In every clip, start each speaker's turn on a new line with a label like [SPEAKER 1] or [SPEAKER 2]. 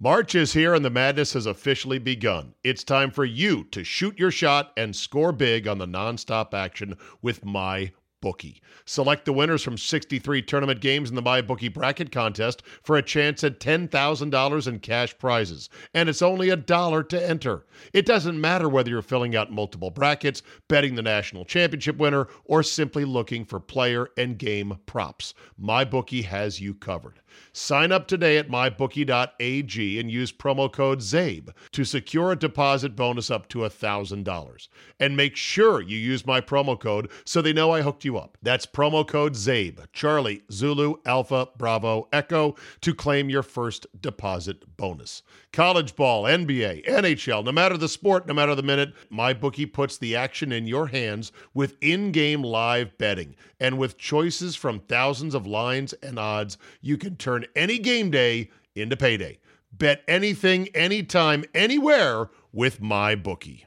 [SPEAKER 1] March is here and the madness has officially begun. It's time for you to shoot your shot and score big on the nonstop action with my bookie. Select the winners from 63 tournament games in the my bookie bracket contest for a chance at $10,000 in cash prizes, and it's only a dollar to enter. It doesn't matter whether you're filling out multiple brackets, betting the national championship winner, or simply looking for player and game props. My bookie has you covered. Sign up today at mybookie.ag and use promo code ZABE to secure a deposit bonus up to $1,000. And make sure you use my promo code so they know I hooked you up. That's promo code ZABE, Charlie, Zulu, Alpha, Bravo, Echo to claim your first deposit bonus. College ball, NBA, NHL, no matter the sport, no matter the minute, MyBookie puts the action in your hands with in game live betting. And with choices from thousands of lines and odds, you can turn any game day into payday. Bet anything, anytime, anywhere with my bookie.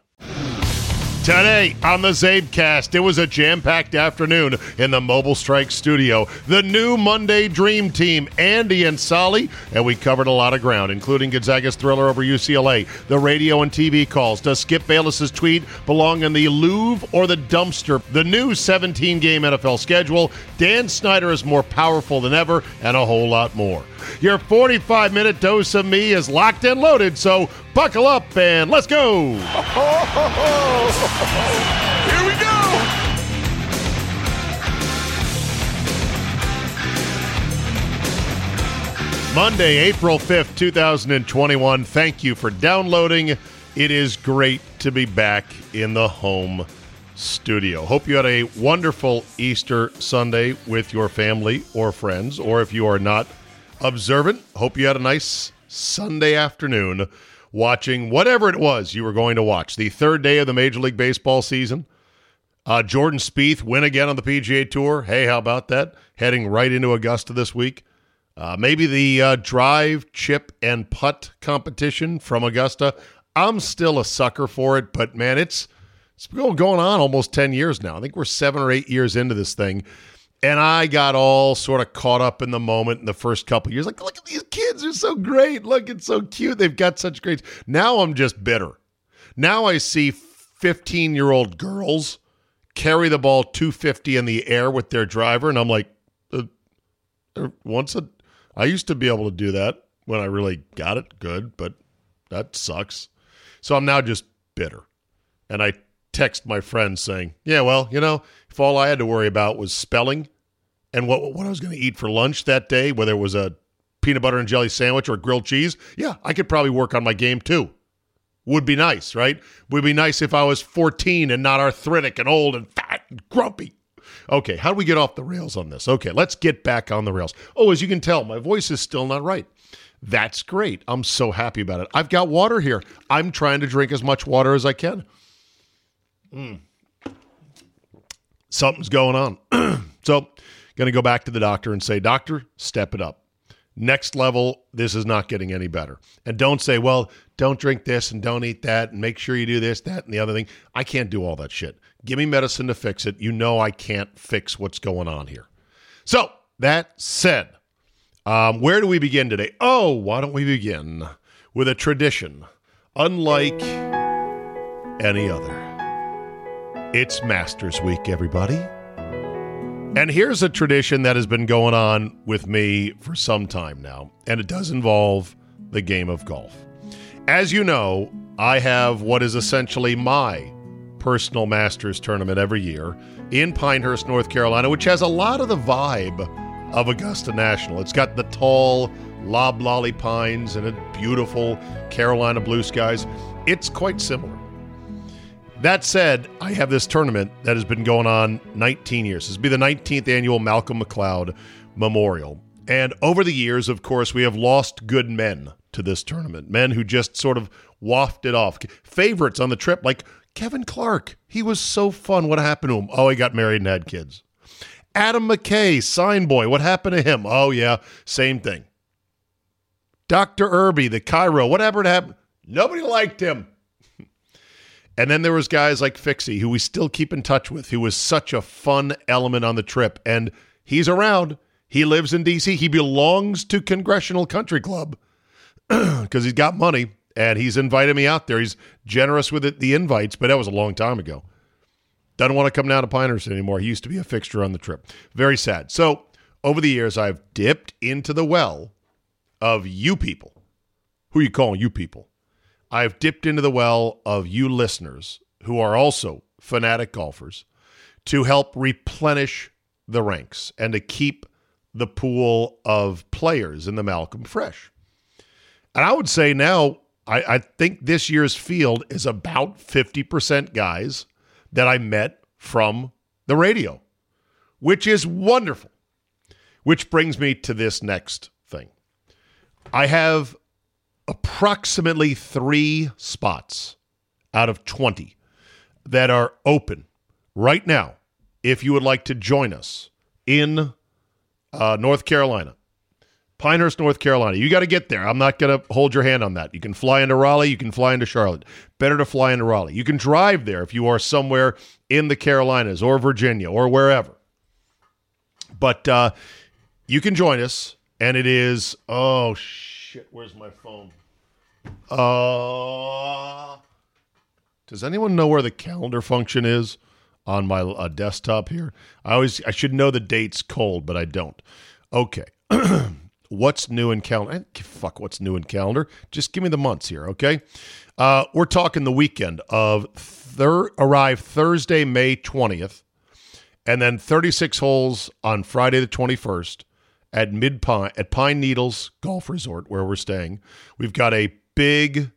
[SPEAKER 1] Today on the Zabecast, it was a jam-packed afternoon in the Mobile Strike studio. The new Monday Dream Team, Andy and Solly, and we covered a lot of ground, including Gonzaga's thriller over UCLA, the radio and TV calls. Does Skip Bayless's tweet belong in the Louvre or the dumpster? The new 17-game NFL schedule. Dan Snyder is more powerful than ever, and a whole lot more. Your 45-minute dose of me is locked and loaded, so buckle up and let's go.
[SPEAKER 2] Here we go.
[SPEAKER 1] Monday, April 5th, 2021. Thank you for downloading. It is great to be back in the home studio. Hope you had a wonderful Easter Sunday with your family or friends, or if you are not observant, hope you had a nice Sunday afternoon watching whatever it was you were going to watch. The third day of the Major League Baseball season. Uh, Jordan Spieth win again on the PGA Tour. Hey, how about that? Heading right into Augusta this week. Uh, maybe the uh, drive, chip, and putt competition from Augusta. I'm still a sucker for it, but man, it's it's been going on almost ten years now. I think we're seven or eight years into this thing, and I got all sort of caught up in the moment in the first couple years. Like, look at these kids; they're so great. Look, it's so cute. They've got such great. Now I'm just bitter. Now I see 15 year old girls carry the ball 250 in the air with their driver, and I'm like, uh, uh, once a, I used to be able to do that when I really got it good, but that sucks. So I'm now just bitter. And I text my friend saying, Yeah, well, you know, if all I had to worry about was spelling and what, what I was going to eat for lunch that day, whether it was a peanut butter and jelly sandwich or grilled cheese, yeah, I could probably work on my game too would be nice, right? Would be nice if I was 14 and not arthritic and old and fat and grumpy. Okay, how do we get off the rails on this? Okay, let's get back on the rails. Oh, as you can tell, my voice is still not right. That's great. I'm so happy about it. I've got water here. I'm trying to drink as much water as I can. Mm. Something's going on. so, going to go back to the doctor and say, Doctor, step it up next level this is not getting any better and don't say well don't drink this and don't eat that and make sure you do this that and the other thing i can't do all that shit give me medicine to fix it you know i can't fix what's going on here so that said um, where do we begin today oh why don't we begin with a tradition unlike any other it's masters week everybody and here's a tradition that has been going on with me for some time now, and it does involve the game of golf. As you know, I have what is essentially my personal Masters tournament every year in Pinehurst, North Carolina, which has a lot of the vibe of Augusta National. It's got the tall loblolly pines and a beautiful Carolina blue skies. It's quite similar. That said, I have this tournament that has been going on 19 years. This will be the 19th annual Malcolm McLeod Memorial. And over the years, of course, we have lost good men to this tournament, men who just sort of wafted off. Favorites on the trip, like Kevin Clark. He was so fun. What happened to him? Oh, he got married and had kids. Adam McKay, sign boy. What happened to him? Oh, yeah, same thing. Dr. Irby, the Cairo, whatever it happened. Nobody liked him. And then there was guys like Fixie, who we still keep in touch with, who was such a fun element on the trip. And he's around. He lives in D.C. He belongs to Congressional Country Club because he's got money and he's invited me out there. He's generous with it, the invites, but that was a long time ago. Doesn't want to come down to Pinehurst anymore. He used to be a fixture on the trip. Very sad. So over the years, I've dipped into the well of you people. Who are you calling you people? I've dipped into the well of you listeners who are also fanatic golfers to help replenish the ranks and to keep the pool of players in the Malcolm fresh. And I would say now, I, I think this year's field is about 50% guys that I met from the radio, which is wonderful. Which brings me to this next thing. I have approximately three spots out of 20 that are open right now if you would like to join us in uh, North Carolina. Pinehurst, North Carolina. You got to get there. I'm not going to hold your hand on that. You can fly into Raleigh. You can fly into Charlotte. Better to fly into Raleigh. You can drive there if you are somewhere in the Carolinas or Virginia or wherever. But uh, you can join us, and it is, oh, shit, where's my phone? Uh, does anyone know where the calendar function is on my uh, desktop here? I always, I should know the dates cold, but I don't. Okay. what's new in calendar. I don't give a fuck what's new in calendar. Just give me the months here, okay? Uh, we're talking the weekend of thir- arrive Thursday, May 20th, and then 36 holes on Friday the 21st at Mid Pine at Pine Needles Golf Resort where we're staying. We've got a big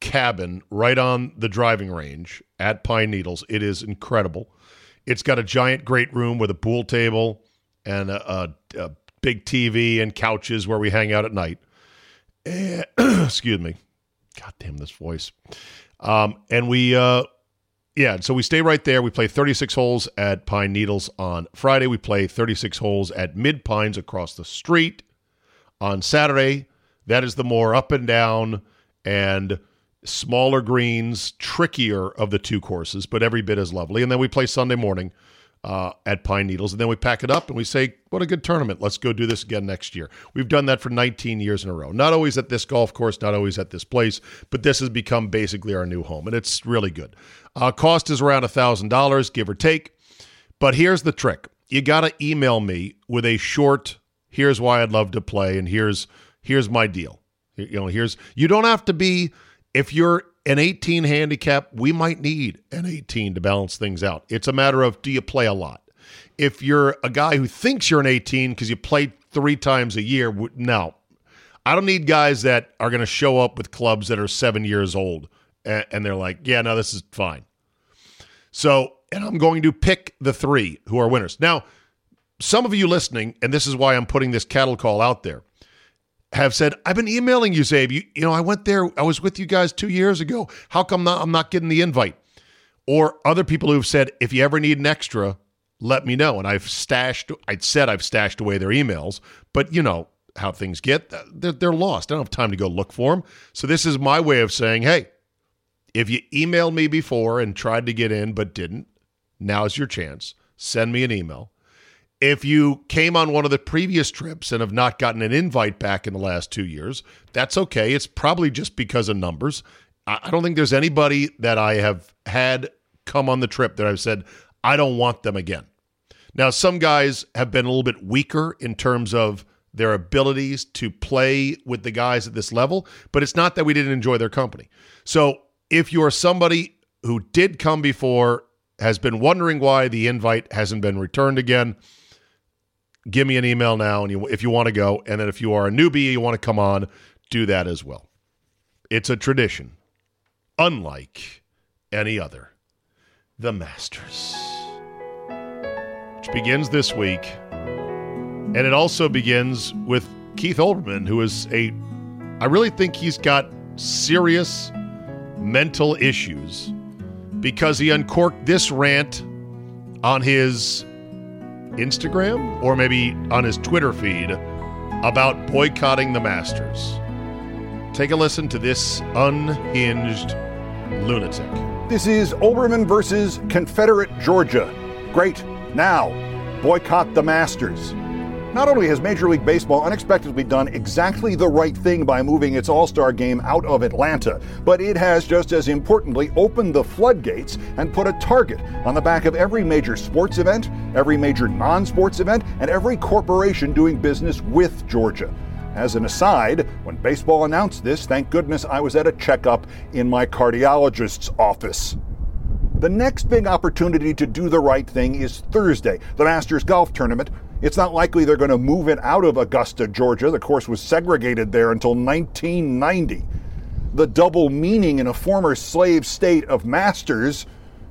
[SPEAKER 1] cabin right on the driving range at Pine Needles. It is incredible. It's got a giant great room with a pool table and a, a, a big TV and couches where we hang out at night. Eh, excuse me. God damn this voice. Um, and we, uh, yeah, so we stay right there. We play 36 holes at Pine Needles on Friday. We play 36 holes at Mid Pines across the street on Saturday. That is the more up and down and smaller greens, trickier of the two courses, but every bit as lovely. And then we play Sunday morning uh, at Pine Needles. And then we pack it up and we say, what a good tournament. Let's go do this again next year. We've done that for 19 years in a row. Not always at this golf course, not always at this place, but this has become basically our new home. And it's really good. Uh, cost is around $1,000, give or take. But here's the trick you got to email me with a short, here's why I'd love to play, and here's here's my deal. You know, here's you don't have to be if you're an 18 handicap, we might need an 18 to balance things out. It's a matter of do you play a lot? If you're a guy who thinks you're an 18 because you play three times a year, no. I don't need guys that are going to show up with clubs that are seven years old and, and they're like, yeah, no, this is fine. So, and I'm going to pick the three who are winners. Now, some of you listening, and this is why I'm putting this cattle call out there have said, I've been emailing you, Zabe. You, you know, I went there, I was with you guys two years ago. How come not, I'm not getting the invite? Or other people who've said, if you ever need an extra, let me know. And I've stashed, I'd said I've stashed away their emails, but you know how things get. They're, they're lost. I don't have time to go look for them. So this is my way of saying, hey, if you emailed me before and tried to get in but didn't, now's your chance. Send me an email. If you came on one of the previous trips and have not gotten an invite back in the last two years, that's okay. It's probably just because of numbers. I I don't think there's anybody that I have had come on the trip that I've said, I don't want them again. Now, some guys have been a little bit weaker in terms of their abilities to play with the guys at this level, but it's not that we didn't enjoy their company. So if you're somebody who did come before, has been wondering why the invite hasn't been returned again, give me an email now and you, if you want to go. And then if you are a newbie, you want to come on, do that as well. It's a tradition, unlike any other. The Masters, which begins this week. And it also begins with Keith Olbermann, who is a, I really think he's got serious mental issues because he uncorked this rant on his Instagram or maybe on his Twitter feed about boycotting the Masters. Take a listen to this unhinged lunatic.
[SPEAKER 3] This is Oberman versus Confederate Georgia. Great. Now, boycott the Masters. Not only has Major League Baseball unexpectedly done exactly the right thing by moving its All Star game out of Atlanta, but it has just as importantly opened the floodgates and put a target on the back of every major sports event, every major non sports event, and every corporation doing business with Georgia. As an aside, when baseball announced this, thank goodness I was at a checkup in my cardiologist's office. The next big opportunity to do the right thing is Thursday, the Masters Golf Tournament. It's not likely they're going to move it out of Augusta, Georgia. The course was segregated there until 1990. The double meaning in a former slave state of Masters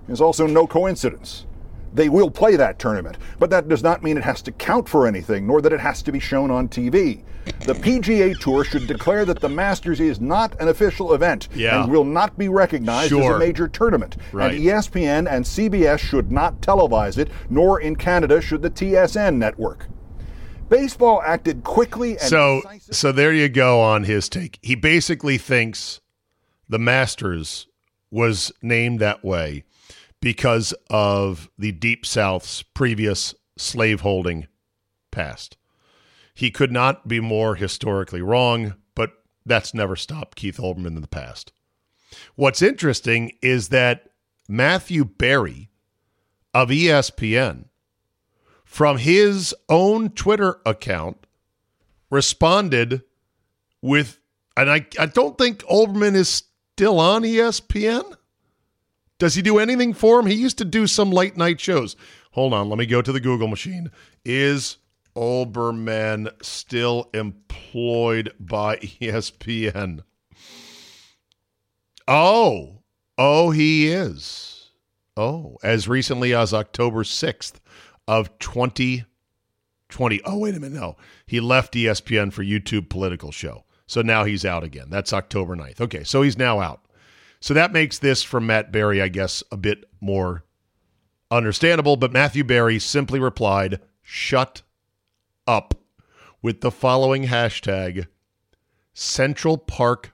[SPEAKER 3] is also no coincidence. They will play that tournament, but that does not mean it has to count for anything, nor that it has to be shown on TV. The PGA Tour should declare that the Masters is not an official event
[SPEAKER 1] Yeah.
[SPEAKER 3] and will not be recognized as
[SPEAKER 1] Sure.
[SPEAKER 3] a major tournament.
[SPEAKER 1] Right.
[SPEAKER 3] And E ESPN and CBS should not televise it, nor in Canada should the TSN network. Baseball acted quickly and
[SPEAKER 1] so
[SPEAKER 3] decisively.
[SPEAKER 1] so there you go on his take. He basically thinks the Masters was named that way because of the Deep South's previous slaveholding past. He could not be more historically wrong, but that's never stopped Keith Olbermann in the past. What's interesting is that Matthew Barry of E ESPN, from his own Twitter account, responded with, and I, I don't think Olbermann is still on E ESPN. Does he do anything for him? He used to do some late night shows. Hold on, let me go to the Google machine. Is Olbermann still employed by E ESPN? Oh, oh, he is. Oh, as recently as October 6th of 20- 20 oh wait a minute no he left E espn for youtube political show so now he's out again that's october 9th okay so he's now out so that makes this from matt barry i guess a bit more understandable but matthew barry simply replied shut up with the following hashtag central park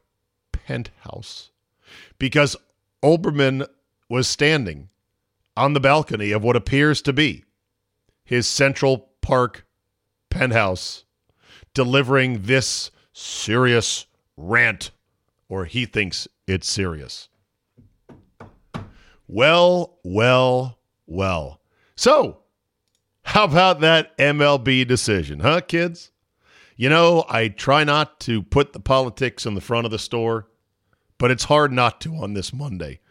[SPEAKER 1] penthouse because olbermann was standing on the balcony of what appears to be his Central Park penthouse, delivering this serious rant, or he thinks it's serious. Well, well, well. So, how about that MLB decision, huh, kids? You know, I try not to put the politics in the front of the store, but it's hard not to on this Monday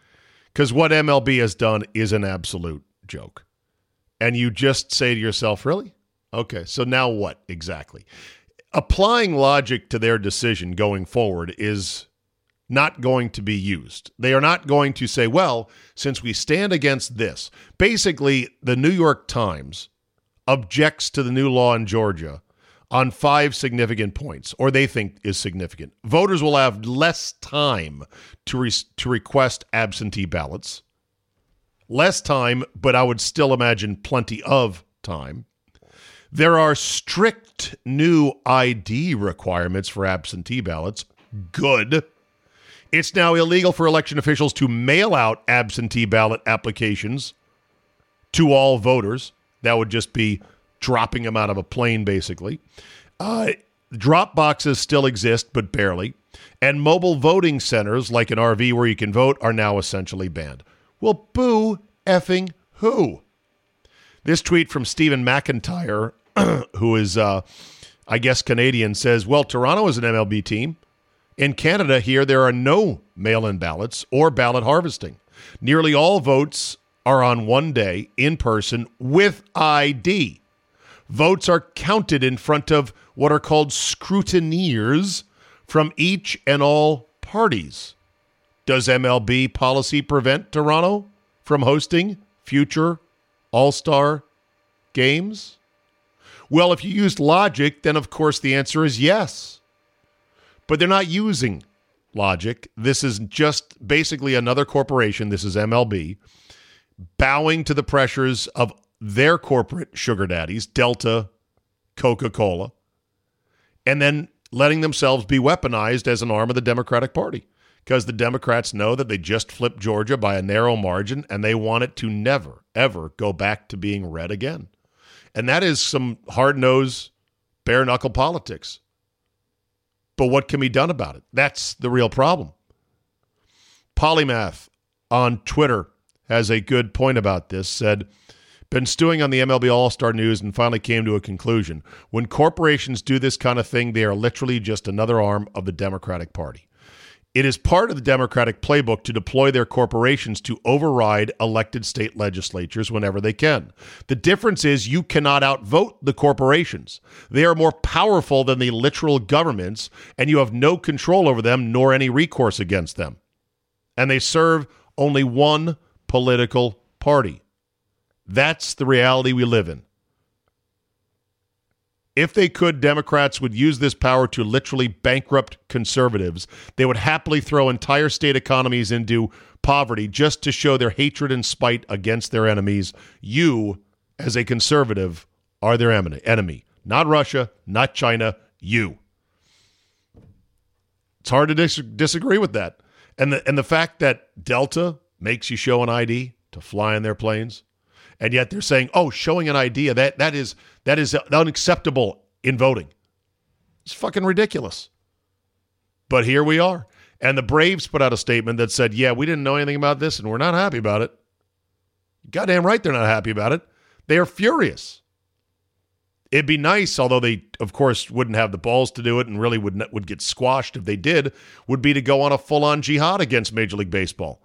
[SPEAKER 1] because what MLB has done is an absolute joke and you just say to yourself, really? Okay, so now what exactly? Applying logic to their decision going forward is not going to be used. They are not going to say, well, since we stand against this, basically, the New York Times objects to the new law in Georgia on five significant points, or they think is significant. Voters will have less time to, re- to request absentee ballots less time, but I would still imagine plenty of time. There are strict new ID requirements for absentee ballots. Good. It's now illegal for election officials to mail out absentee ballot applications to all voters. That would just be dropping them out of a plane, basically. Uh, drop boxes still exist, but barely. And mobile voting centers, like an RV where you can vote, are now essentially banned. Well, boo effing who? This tweet from Stephen McIntyre, who is uh, I guess Canadian, says, well, Toronto is an MLB team. In Canada, here, there are no mail in ballots or ballot harvesting. Nearly all votes are on one day in person with ID. Votes are counted in front of what are called scrutineers from each and all parties. Does MLB policy prevent Toronto from hosting future All Star games? Well, if you used logic, then of course the answer is yes. But they're not using logic. This is just basically another corporation. This is MLB bowing to the pressures of their corporate sugar daddies, Delta, Coca Cola, and then letting themselves be weaponized as an arm of the Democratic Party because the Democrats know that they just flipped Georgia by a narrow margin and they want it to never, ever go back to being red again. And that is some hard nosed, bare knuckle politics. But what can be done about it? That's the real problem. Polymath on Twitter has a good point about this. Said, been stewing on the MLB All Star news and finally came to a conclusion. When corporations do this kind of thing, they are literally just another arm of the Democratic Party. It is part of the Democratic playbook to deploy their corporations to override elected state legislatures whenever they can. The difference is you cannot outvote the corporations. They are more powerful than the literal governments, and you have no control over them nor any recourse against them. And they serve only one political party. That's the reality we live in. If they could, Democrats would use this power to literally bankrupt conservatives. They would happily throw entire state economies into poverty just to show their hatred and spite against their enemies. You, as a conservative, are their em- enemy. Not Russia, not China, you. It's hard to dis- disagree with that. And the, and the fact that Delta makes you show an ID to fly in their planes, and yet they're saying, "Oh, showing an idea that that is that is unacceptable in voting." It's fucking ridiculous. But here we are, and the Braves put out a statement that said, "Yeah, we didn't know anything about this, and we're not happy about it." Goddamn right, they're not happy about it. They are furious. It'd be nice, although they, of course, wouldn't have the balls to do it, and really would not, would get squashed if they did. Would be to go on a full on jihad against Major League Baseball.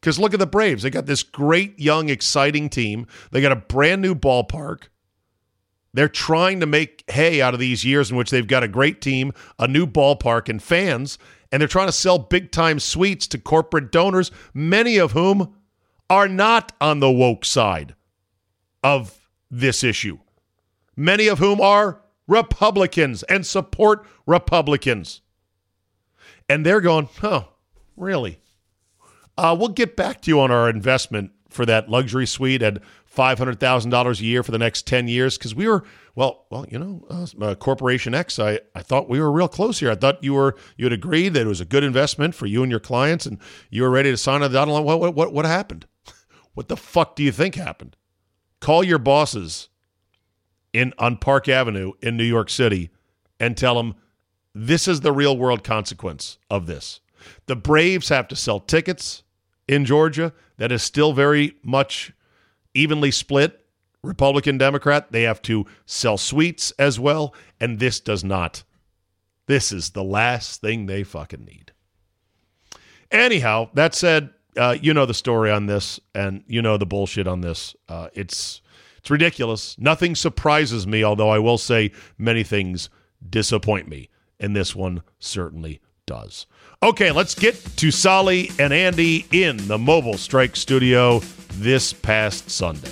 [SPEAKER 1] Because look at the Braves. They got this great, young, exciting team. They got a brand new ballpark. They're trying to make hay out of these years in which they've got a great team, a new ballpark, and fans. And they're trying to sell big time suites to corporate donors, many of whom are not on the woke side of this issue, many of whom are Republicans and support Republicans. And they're going, oh, really? Uh, we'll get back to you on our investment for that luxury suite at five hundred thousand dollars a year for the next ten years because we were well, well, you know, uh, uh, Corporation X. I I thought we were real close here. I thought you were you had agreed that it was a good investment for you and your clients, and you were ready to sign on the dotted line. What what what, what happened? What the fuck do you think happened? Call your bosses in on Park Avenue in New York City and tell them this is the real world consequence of this. The Braves have to sell tickets in Georgia. That is still very much evenly split Republican Democrat. They have to sell suites as well. And this does not. This is the last thing they fucking need. Anyhow, that said, uh, you know the story on this, and you know the bullshit on this. Uh, it's it's ridiculous. Nothing surprises me, although I will say many things disappoint me, and this one certainly does. Okay, let's get to Solly and Andy in the Mobile Strike Studio this past Sunday.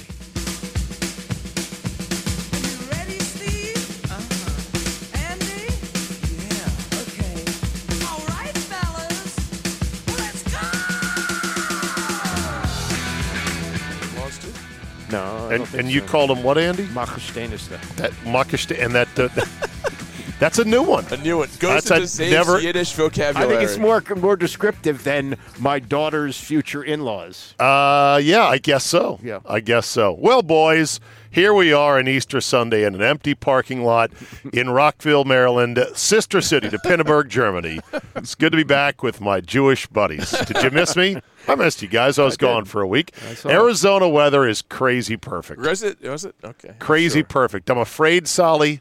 [SPEAKER 4] No, I
[SPEAKER 1] And,
[SPEAKER 4] don't think
[SPEAKER 1] and you
[SPEAKER 4] so.
[SPEAKER 1] called him what, Andy?
[SPEAKER 4] Marcus Steinerstad.
[SPEAKER 1] That Makish, and that, uh, that- that's a new one.
[SPEAKER 2] I knew it. Goes
[SPEAKER 1] That's
[SPEAKER 2] into
[SPEAKER 1] a
[SPEAKER 2] the same
[SPEAKER 1] never-
[SPEAKER 2] Yiddish
[SPEAKER 4] I
[SPEAKER 2] vocabulary.
[SPEAKER 4] think it's more more descriptive than my daughter's future in-laws.
[SPEAKER 1] Uh, yeah, I guess so.
[SPEAKER 4] Yeah.
[SPEAKER 1] I guess so. Well, boys, here we are on Easter Sunday in an empty parking lot in Rockville, Maryland, sister city to Pinneberg, Germany. It's good to be back with my Jewish buddies. Did you miss me? I missed you guys. I was gone for a week.
[SPEAKER 4] saw.
[SPEAKER 1] Arizona weather is crazy perfect.
[SPEAKER 2] Was it? Was it? Okay.
[SPEAKER 1] Crazy perfect. I'm afraid, Solly,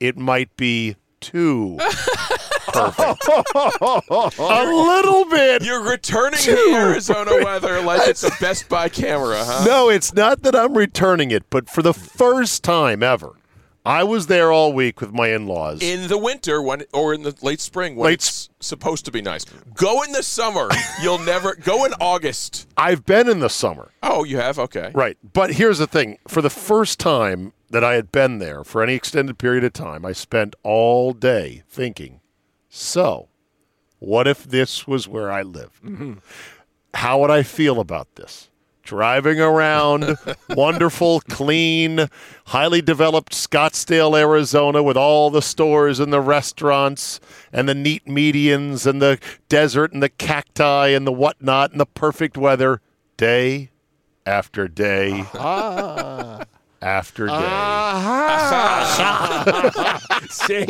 [SPEAKER 1] it might be two. Perfect. a little bit.
[SPEAKER 5] You're returning the Arizona weather like it's a Best Buy camera, huh?
[SPEAKER 1] No, it's not that I'm returning it, but for the first time ever, I was there all week with my in-laws.
[SPEAKER 5] In the winter, when or in the late spring, when
[SPEAKER 1] Late
[SPEAKER 5] it's supposed to be nice. Go in the summer. You'll never go in August.
[SPEAKER 1] I've been in the summer.
[SPEAKER 5] Oh, you have okay.
[SPEAKER 1] Right. But here's the thing for the first time that I had been there for any extended period of time, I spent all day thinking, so what if this was where I lived? How would I feel about this? Driving around, wonderful, clean, highly developed Scottsdale, Arizona, with all the stores and the restaurants and the neat medians and the desert and the cacti and the whatnot and the perfect weather day after day
[SPEAKER 6] Uh-huh.
[SPEAKER 1] after day.
[SPEAKER 7] See,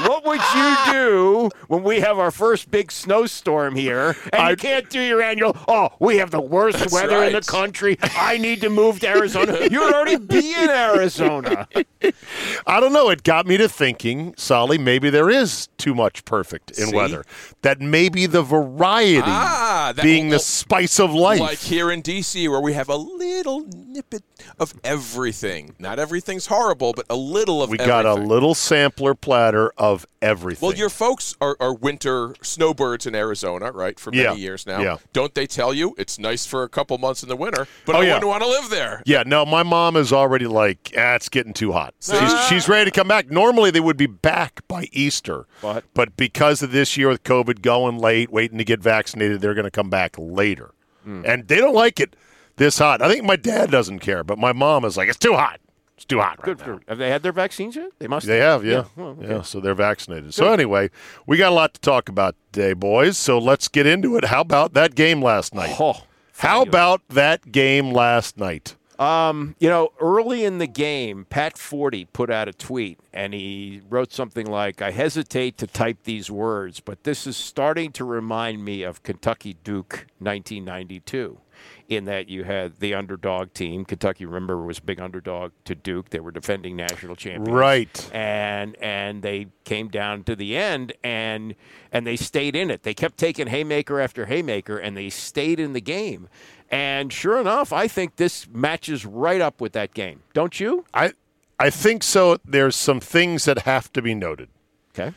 [SPEAKER 7] what would you do when we have our first big snowstorm here, and you can't do your annual? Oh, we have the worst weather in the
[SPEAKER 5] right.
[SPEAKER 7] country. I need to move to Arizona. You'd already be in Arizona.
[SPEAKER 1] I don't know. It got me to thinking, Solly, maybe there is too much perfect in
[SPEAKER 5] See?
[SPEAKER 1] weather. That maybe the variety
[SPEAKER 5] Ah, that
[SPEAKER 1] being
[SPEAKER 5] will-
[SPEAKER 1] the spice of life.
[SPEAKER 5] Like here in DC, where we have a little nippet of everything. Not everything's horrible, but a little of
[SPEAKER 1] we
[SPEAKER 5] everything.
[SPEAKER 1] got a little sampler platter of everything.
[SPEAKER 5] Well, your folks are, are winter snowbirds in Arizona, right? For many
[SPEAKER 1] Yeah.
[SPEAKER 5] years now.
[SPEAKER 1] Yeah.
[SPEAKER 5] Don't they tell you it's nice for a couple months in the winter, but
[SPEAKER 1] Oh,
[SPEAKER 5] I
[SPEAKER 1] yeah.
[SPEAKER 5] wouldn't want to live there.
[SPEAKER 1] yeah, no, my mom is already like, ah, it's getting too hot.
[SPEAKER 7] Ah.
[SPEAKER 1] She's, she's ready to come back. Normally, they would be back by Easter.
[SPEAKER 7] But-
[SPEAKER 1] but because of this year with COVID going late, waiting to get vaccinated, they're going to come back later.
[SPEAKER 7] Hmm.
[SPEAKER 1] And they don't like it this hot. I think my dad doesn't care, but my mom is like, it's too hot. It's too hot right
[SPEAKER 7] Good
[SPEAKER 1] now.
[SPEAKER 7] for. Have they had their vaccines yet? They must.
[SPEAKER 1] They have, yeah. Yeah,
[SPEAKER 7] Yeah, Oh, well,
[SPEAKER 1] so they're vaccinated. So anyway, we got a lot to talk about today, boys. So let's get into it. How about that game last night?
[SPEAKER 7] Oh,
[SPEAKER 1] How about that game last night?
[SPEAKER 7] Um, you know, early in the game, Pat Forty put out a tweet and he wrote something like, I hesitate to type these words, but this is starting to remind me of Kentucky Duke 1992. In that you had the underdog team. Kentucky, remember, was a big underdog to Duke. They were defending national champions
[SPEAKER 1] Right.
[SPEAKER 7] and and they came down to the end and and they stayed in it. They kept taking haymaker after haymaker and they stayed in the game. And sure enough, I think this matches right up with that game. Don't you?
[SPEAKER 1] I I think so. There's some things that have to be noted.
[SPEAKER 7] Okay.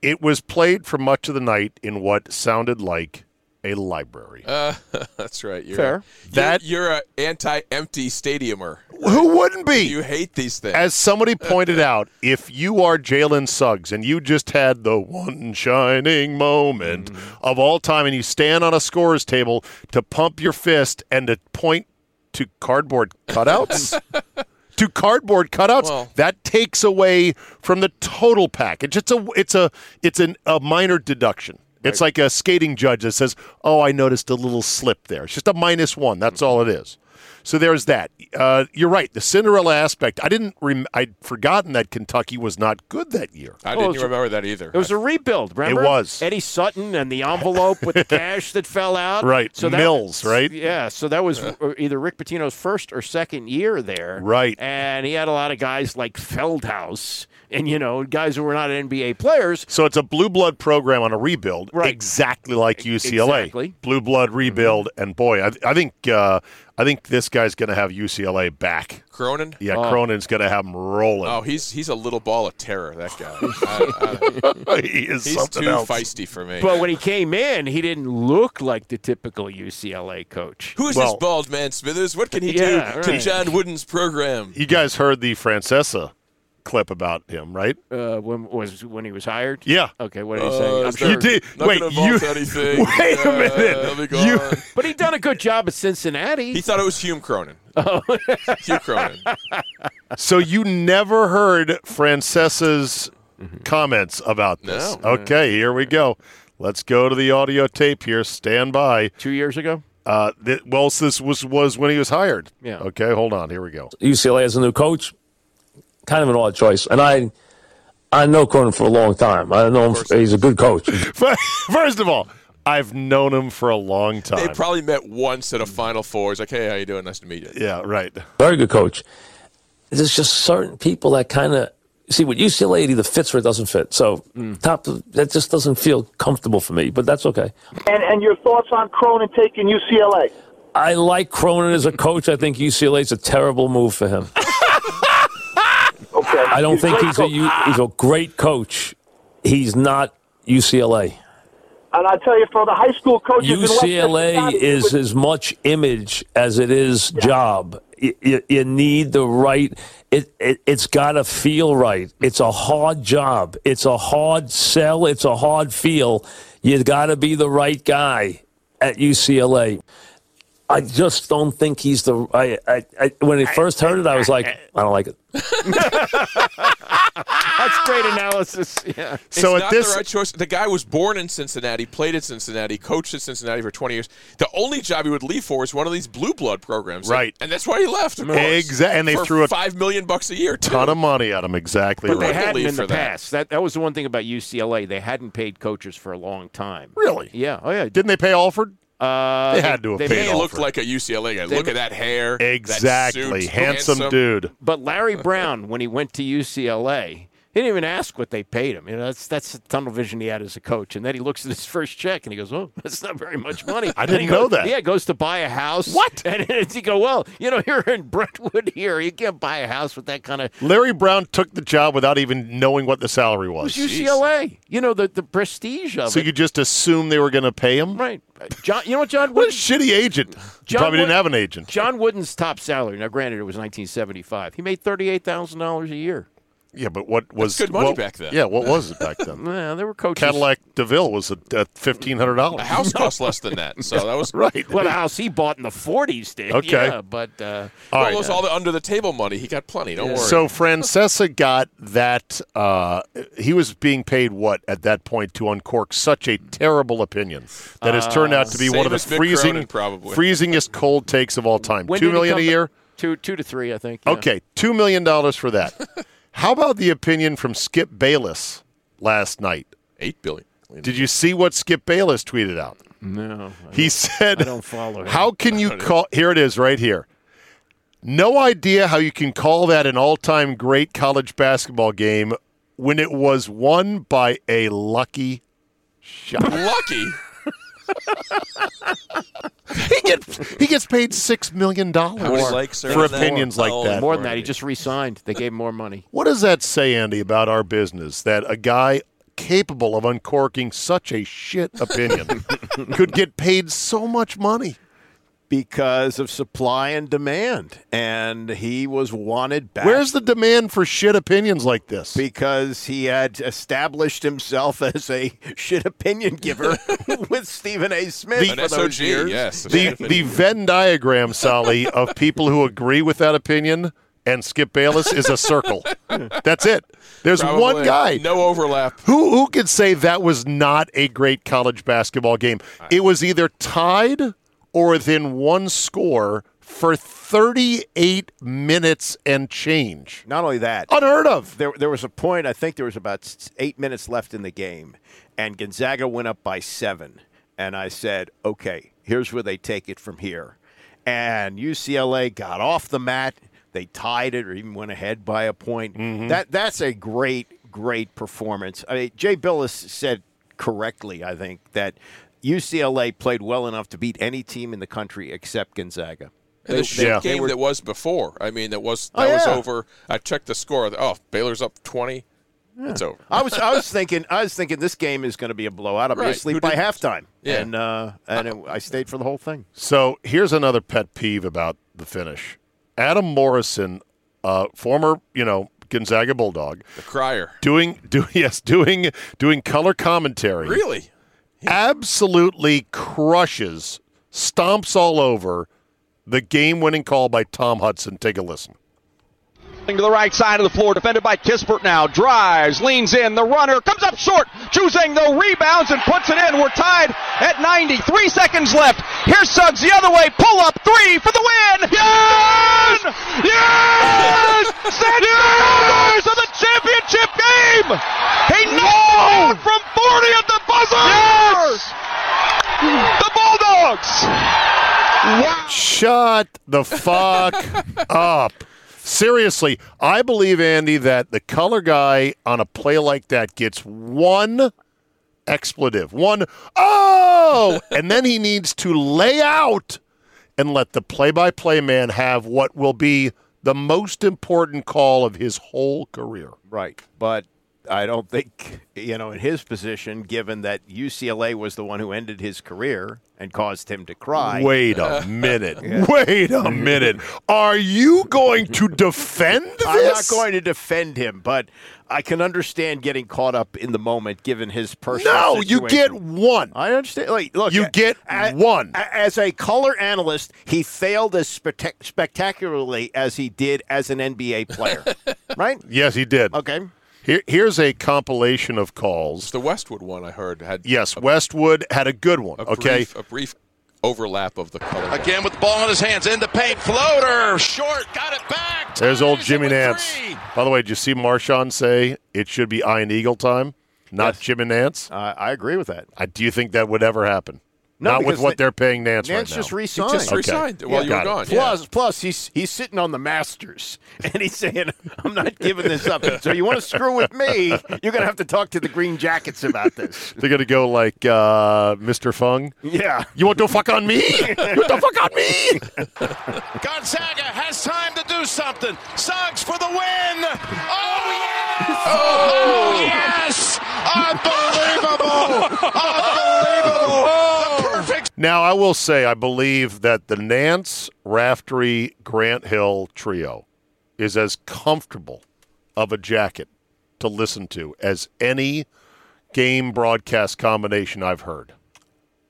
[SPEAKER 1] It was played for much of the night in what sounded like a library.
[SPEAKER 5] Uh, That's right. You're
[SPEAKER 7] Fair.
[SPEAKER 5] That you're, you're a anti-empty stadiumer.
[SPEAKER 1] Who wouldn't be?
[SPEAKER 5] You hate these things. Uh,
[SPEAKER 1] As somebody pointed out, if you are Jalen Suggs and you just had the one shining moment of all time and you stand on a scorer's table to pump your fist and to point to cardboard cutouts, to cardboard cutouts,
[SPEAKER 5] Well-
[SPEAKER 1] that takes away from the total package. It's a it's a it's an, a minor deduction. It's like a skating judge that says, "Oh, I noticed a little slip there." It's just a minus one. That's all it is. So there's that. Uh, you're right. The Cinderella aspect. I didn't. Rem- I'd forgotten that Kentucky was not good that year.
[SPEAKER 5] I
[SPEAKER 7] Well,
[SPEAKER 5] didn't
[SPEAKER 7] it's-
[SPEAKER 5] remember that either.
[SPEAKER 7] It was a rebuild, remember?
[SPEAKER 1] was.
[SPEAKER 7] Eddie Sutton and the envelope with the cash that fell out.
[SPEAKER 1] Right. Mills, right?
[SPEAKER 7] Yeah. So that was either Rick Pitino's first or second year there.
[SPEAKER 1] Right.
[SPEAKER 7] And he had a lot of guys like Feldhaus and, you know, guys who were not NBA players.
[SPEAKER 1] So it's a blue blood program on a rebuild,
[SPEAKER 7] Right.
[SPEAKER 1] exactly like UCLA.
[SPEAKER 7] exactly.
[SPEAKER 1] Blue blood rebuild, and boy, I, I think uh, I think this guy's going to have UCLA back.
[SPEAKER 5] Cronin.
[SPEAKER 1] Yeah,
[SPEAKER 7] Oh.
[SPEAKER 1] Cronin's going to have him rolling.
[SPEAKER 5] Oh, he's he's a little ball of terror. That guy. I, I,
[SPEAKER 1] he is
[SPEAKER 5] he's
[SPEAKER 1] something
[SPEAKER 5] too
[SPEAKER 1] else.
[SPEAKER 5] feisty for me.
[SPEAKER 7] But when he came in, he didn't look like the typical UCLA coach.
[SPEAKER 5] Who's
[SPEAKER 1] well-
[SPEAKER 5] this bald man, Smithers? What can he
[SPEAKER 7] Yeah,
[SPEAKER 5] do to
[SPEAKER 7] right.
[SPEAKER 5] John Wooden's program?
[SPEAKER 1] You guys heard the Francesa clip about him, right?
[SPEAKER 7] Uh, when was when he was hired?
[SPEAKER 1] Yeah.
[SPEAKER 7] Okay, what did he say?
[SPEAKER 5] Uh,
[SPEAKER 7] I'm
[SPEAKER 5] is
[SPEAKER 7] sure.
[SPEAKER 1] You did.
[SPEAKER 5] Not
[SPEAKER 1] wait,
[SPEAKER 5] gonna
[SPEAKER 1] you.
[SPEAKER 5] vault anything.
[SPEAKER 1] Wait a
[SPEAKER 5] Uh,
[SPEAKER 1] minute.
[SPEAKER 5] let me go
[SPEAKER 1] You-
[SPEAKER 5] on.
[SPEAKER 7] But he done a good job at Cincinnati. Oh.
[SPEAKER 5] He thought it was Hume Cronin. Hume Cronin.
[SPEAKER 1] So you never heard Francesa's
[SPEAKER 7] Mm-hmm.
[SPEAKER 1] comments about this?
[SPEAKER 5] No.
[SPEAKER 1] Okay, here we go. Let's go to the audio tape here. Stand by.
[SPEAKER 7] Two years ago.
[SPEAKER 1] Uh, th- well, this was was when he was hired.
[SPEAKER 7] Yeah.
[SPEAKER 1] Okay, hold on. Here we go.
[SPEAKER 8] UCLA as a new coach, kind of an odd choice. And I, I know Cronin for a long time. I know him. For, he's a good coach.
[SPEAKER 1] First of all, I've known him for a long
[SPEAKER 5] They
[SPEAKER 1] time.
[SPEAKER 5] probably met once at a Final Four. He's like, hey, how you doing? Nice to meet you.
[SPEAKER 1] yeah, right.
[SPEAKER 8] Very good coach. There's just certain people that kind of see what UCLA it either fits or it doesn't fit. So top that just doesn't feel comfortable for me, but that's okay.
[SPEAKER 9] And and your thoughts on Cronin taking UCLA?
[SPEAKER 8] I like Cronin as a coach. I think UCLA is a terrible move for him.
[SPEAKER 9] Okay.
[SPEAKER 8] I don't
[SPEAKER 9] He's
[SPEAKER 8] think
[SPEAKER 9] great
[SPEAKER 8] he's a
[SPEAKER 9] coach.
[SPEAKER 8] U- he's a great coach. He's not UCLA.
[SPEAKER 9] And I tell you, for the high school coaches, in Westchester
[SPEAKER 8] UCLA
[SPEAKER 9] County,
[SPEAKER 8] is
[SPEAKER 9] with-
[SPEAKER 8] as much image as it is job. You, you, you need the right. It, it it's got to feel right. It's a hard job. It's a hard sell. It's a hard feel. You got to be the right guy at UCLA. I just don't think he's the. I, I, I when I first heard it, I was like, I don't like it.
[SPEAKER 4] That's great analysis. Yeah.
[SPEAKER 1] So
[SPEAKER 5] it's
[SPEAKER 1] at
[SPEAKER 5] not
[SPEAKER 1] this
[SPEAKER 5] the right choice. The guy was born in Cincinnati, played at Cincinnati, coached at Cincinnati for 20 years. The only job he would leave for is one of these blue blood programs, And-
[SPEAKER 1] Right.
[SPEAKER 5] And, that's why he left. of course.
[SPEAKER 1] Exact- and they
[SPEAKER 5] For
[SPEAKER 1] threw a
[SPEAKER 5] five million bucks a year. Too.
[SPEAKER 1] ton of money at him. Exactly
[SPEAKER 5] But
[SPEAKER 4] They
[SPEAKER 1] right.
[SPEAKER 5] had-
[SPEAKER 4] hadn't
[SPEAKER 5] believe
[SPEAKER 4] in the
[SPEAKER 5] for that.
[SPEAKER 4] past. That that was the one thing about UCLA. They hadn't paid coaches for a long time.
[SPEAKER 1] really?
[SPEAKER 4] Yeah. Oh yeah.
[SPEAKER 1] Didn't they pay Alford?
[SPEAKER 4] uh,
[SPEAKER 1] They had to have
[SPEAKER 4] they
[SPEAKER 1] paid
[SPEAKER 4] may
[SPEAKER 5] Man
[SPEAKER 4] have
[SPEAKER 1] off.
[SPEAKER 5] looked like a UCLA guy. Look at that hair. that
[SPEAKER 1] Exactly.
[SPEAKER 5] suit,
[SPEAKER 1] handsome, dude.
[SPEAKER 4] But Larry Brown, when he went to UCLA, he didn't even ask what they paid him. You know, that's that's the tunnel vision he had as a coach. And then he looks at his first check and he goes, "Oh, that's not very much money." I
[SPEAKER 1] didn't know that.
[SPEAKER 4] Yeah, goes to buy a house. What? And, and he go, "Well, you know, you're in Brentwood here. You can't buy a house with that kind of."
[SPEAKER 1] Larry Brown took the job without even knowing what the salary
[SPEAKER 4] It was
[SPEAKER 1] was.
[SPEAKER 4] UCLA. You know the the prestige of
[SPEAKER 1] So
[SPEAKER 4] it.
[SPEAKER 1] you just assume they were going to pay him?
[SPEAKER 4] right, John. You know what, John?
[SPEAKER 1] What a
[SPEAKER 4] Wooden-
[SPEAKER 1] shitty agent.
[SPEAKER 4] John
[SPEAKER 1] Probably
[SPEAKER 4] Wood-
[SPEAKER 1] didn't have an agent.
[SPEAKER 4] John Wooden's top salary. Now, granted, it was 1975. He made thirty-eight thousand dollars a year.
[SPEAKER 1] Yeah, but what was
[SPEAKER 5] good money
[SPEAKER 1] what-
[SPEAKER 5] back then.
[SPEAKER 1] Yeah, what was it back then?
[SPEAKER 4] Well, there were coaches.
[SPEAKER 1] Cadillac DeVille was at at fifteen hundred
[SPEAKER 5] A
[SPEAKER 1] dollars.
[SPEAKER 5] house cost less than that. So that was
[SPEAKER 1] Right.
[SPEAKER 4] Well, the house he bought in the 40s did.
[SPEAKER 1] Okay.
[SPEAKER 4] Yeah, but uh,
[SPEAKER 5] Well,
[SPEAKER 1] right.
[SPEAKER 5] it was all the under the table money. He got plenty. Don't worry.
[SPEAKER 1] So Francesa got that. Uh, he was being paid what at that point to uncork such a terrible opinion that has turned out to be
[SPEAKER 5] Uh, Same
[SPEAKER 1] one of the
[SPEAKER 5] as Vic
[SPEAKER 1] freezing,
[SPEAKER 5] Cronin, probably.
[SPEAKER 1] freezingest cold takes of all time.
[SPEAKER 4] when did
[SPEAKER 1] two
[SPEAKER 4] he
[SPEAKER 1] million a
[SPEAKER 4] come
[SPEAKER 1] year.
[SPEAKER 4] back? Two, two to three, I think. yeah.
[SPEAKER 1] Okay, two million dollars for that. How about the opinion from Skip Bayless last night?
[SPEAKER 5] Eight billion.
[SPEAKER 1] Did you see what Skip Bayless tweeted out?
[SPEAKER 4] No.
[SPEAKER 1] He said,
[SPEAKER 4] I don't follow him.
[SPEAKER 1] How can you call? Here it is, right here. No idea how you can call that an all time great college basketball game when it was won by a lucky shot.
[SPEAKER 5] Lucky.
[SPEAKER 1] he, gets, he gets paid $6 million
[SPEAKER 7] many likes are
[SPEAKER 1] for
[SPEAKER 7] on that?
[SPEAKER 1] opinions like
[SPEAKER 7] Oh,
[SPEAKER 1] that.
[SPEAKER 4] More than that, he just re-signed. They gave him more money.
[SPEAKER 1] What does that say, Andy, about our business that a guy capable of uncorking such a shit opinion could get paid so much money?
[SPEAKER 7] because of supply and demand, and he was wanted back.
[SPEAKER 1] Where's the demand for shit opinions like this?
[SPEAKER 7] because he had established himself as a shit opinion giver with Stephen A. Smith
[SPEAKER 5] An
[SPEAKER 7] for those
[SPEAKER 5] SOG.
[SPEAKER 7] years.
[SPEAKER 5] Yes.
[SPEAKER 1] the the Venn diagram, Sally, of people who agree with that opinion and Skip Bayless is a circle. That's it. There's
[SPEAKER 5] Probably
[SPEAKER 1] one guy.
[SPEAKER 5] No overlap.
[SPEAKER 1] Who who could say that was not a great college basketball game? It was either tied or within one score for 38 minutes and change.
[SPEAKER 7] Not only that,
[SPEAKER 1] Unheard of.
[SPEAKER 7] there, there was a point, I think there was about s- eight minutes left in the game, and Gonzaga went up by seven. And I said, okay, here's where they take it from here. And UCLA got off the mat. They tied it or even went ahead by a point.
[SPEAKER 1] Mm-hmm.
[SPEAKER 7] That That's a great, great performance. I mean, Jay Billis said correctly, I think, that UCLA played well enough to beat any team in the country except Gonzaga.
[SPEAKER 5] And the shit
[SPEAKER 1] yeah.
[SPEAKER 5] game that was before. I mean, that was that
[SPEAKER 7] Oh,
[SPEAKER 5] was
[SPEAKER 7] yeah.
[SPEAKER 5] over. I checked the score. Oh, Baylor's up twenty. It's over.
[SPEAKER 7] I was I was thinking I was thinking this game is going to be a blowout. I'm
[SPEAKER 5] Right.
[SPEAKER 7] gonna sleep
[SPEAKER 5] Who
[SPEAKER 7] by
[SPEAKER 5] didn't?
[SPEAKER 7] halftime,
[SPEAKER 5] Yeah.
[SPEAKER 7] and uh, and it, I stayed for the whole thing.
[SPEAKER 1] So here's another pet peeve about the finish. Adam Morrison, uh, former, you know, Gonzaga Bulldog,
[SPEAKER 5] The crier.
[SPEAKER 1] doing do yes, doing doing color commentary.
[SPEAKER 5] Really?
[SPEAKER 1] absolutely crushes, stomps all over the game-winning call by Tom Hudson. Take a listen.
[SPEAKER 2] To the right side of the floor, defended by Kispert now. Drives, leans in, the runner comes up short, choosing the rebounds and puts it in. We're tied at 93 seconds left. Here's Suggs the other way, pull up three for the win. Yes! Yes! Set yes! of the championship game. He knocked it out
[SPEAKER 10] Oh!
[SPEAKER 2] from 40 at the buzzer. Yes! The Bulldogs. Wow.
[SPEAKER 1] Shut the fuck up. Seriously, I believe, Andy, that the color guy on a play like that gets one expletive, one, oh, and then he needs to lay out and let the play by play man have what will be the most important call of his whole career.
[SPEAKER 7] Right. But I don't think, you know, in his position, given that UCLA was the one who ended his career and caused him to cry.
[SPEAKER 1] Wait a minute. Wait a minute. Are you going to defend this?
[SPEAKER 7] I'm not going to defend him, but I can understand getting caught up in the moment given his personal
[SPEAKER 1] No, you get
[SPEAKER 7] situation.
[SPEAKER 1] one.
[SPEAKER 7] I understand. Like, look,
[SPEAKER 1] You
[SPEAKER 7] a-
[SPEAKER 1] get
[SPEAKER 7] a-
[SPEAKER 1] one.
[SPEAKER 7] a- As a color analyst, he failed as spectac- spectacularly as he did as an NBA player, right?
[SPEAKER 1] Yes, he did.
[SPEAKER 7] Okay.
[SPEAKER 1] Here, here's a compilation of calls.
[SPEAKER 5] The Westwood one I heard had
[SPEAKER 1] Yes, Westwood had a good one.
[SPEAKER 5] a
[SPEAKER 1] okay.
[SPEAKER 5] brief, a brief overlap of the color.
[SPEAKER 6] Again with the ball in his hands, in the paint, floater, short, got it back.
[SPEAKER 1] There's old
[SPEAKER 6] Ties it
[SPEAKER 1] Jimmy
[SPEAKER 6] with
[SPEAKER 1] Nance.
[SPEAKER 6] three.
[SPEAKER 1] By the way, did you see Marshawn say it should be Iron Eagle time, not Jimmy Nance?
[SPEAKER 7] I I agree with that.
[SPEAKER 1] I, do you think that would ever happen?
[SPEAKER 7] No,
[SPEAKER 1] not with
[SPEAKER 7] because
[SPEAKER 1] what
[SPEAKER 7] Na-
[SPEAKER 1] they're paying Nance,
[SPEAKER 7] Nance
[SPEAKER 1] right
[SPEAKER 7] just
[SPEAKER 1] now.
[SPEAKER 5] He
[SPEAKER 7] resigned.
[SPEAKER 5] just
[SPEAKER 1] Okay.
[SPEAKER 5] resigned while you
[SPEAKER 1] Got
[SPEAKER 5] were gone.
[SPEAKER 1] it.
[SPEAKER 5] yeah.
[SPEAKER 7] Plus, plus he's he's sitting on the Masters, and he's saying, "I'm not giving this up." So you want to screw with me? You're gonna have to talk to the Green Jackets about this.
[SPEAKER 1] they're gonna go like uh, Mr. Fung.
[SPEAKER 7] Yeah.
[SPEAKER 1] You want to fuck on me? you want to fuck on me?
[SPEAKER 6] Gonzaga has time to do something. Suggs for the win. Oh, yes! Oh, yes! Unbelievable! Unbelievable! The perfect
[SPEAKER 1] Now, I will say, I believe that the Nance, Raftery, Grant Hill trio is as comfortable of a jacket to listen to as any game broadcast combination I've heard.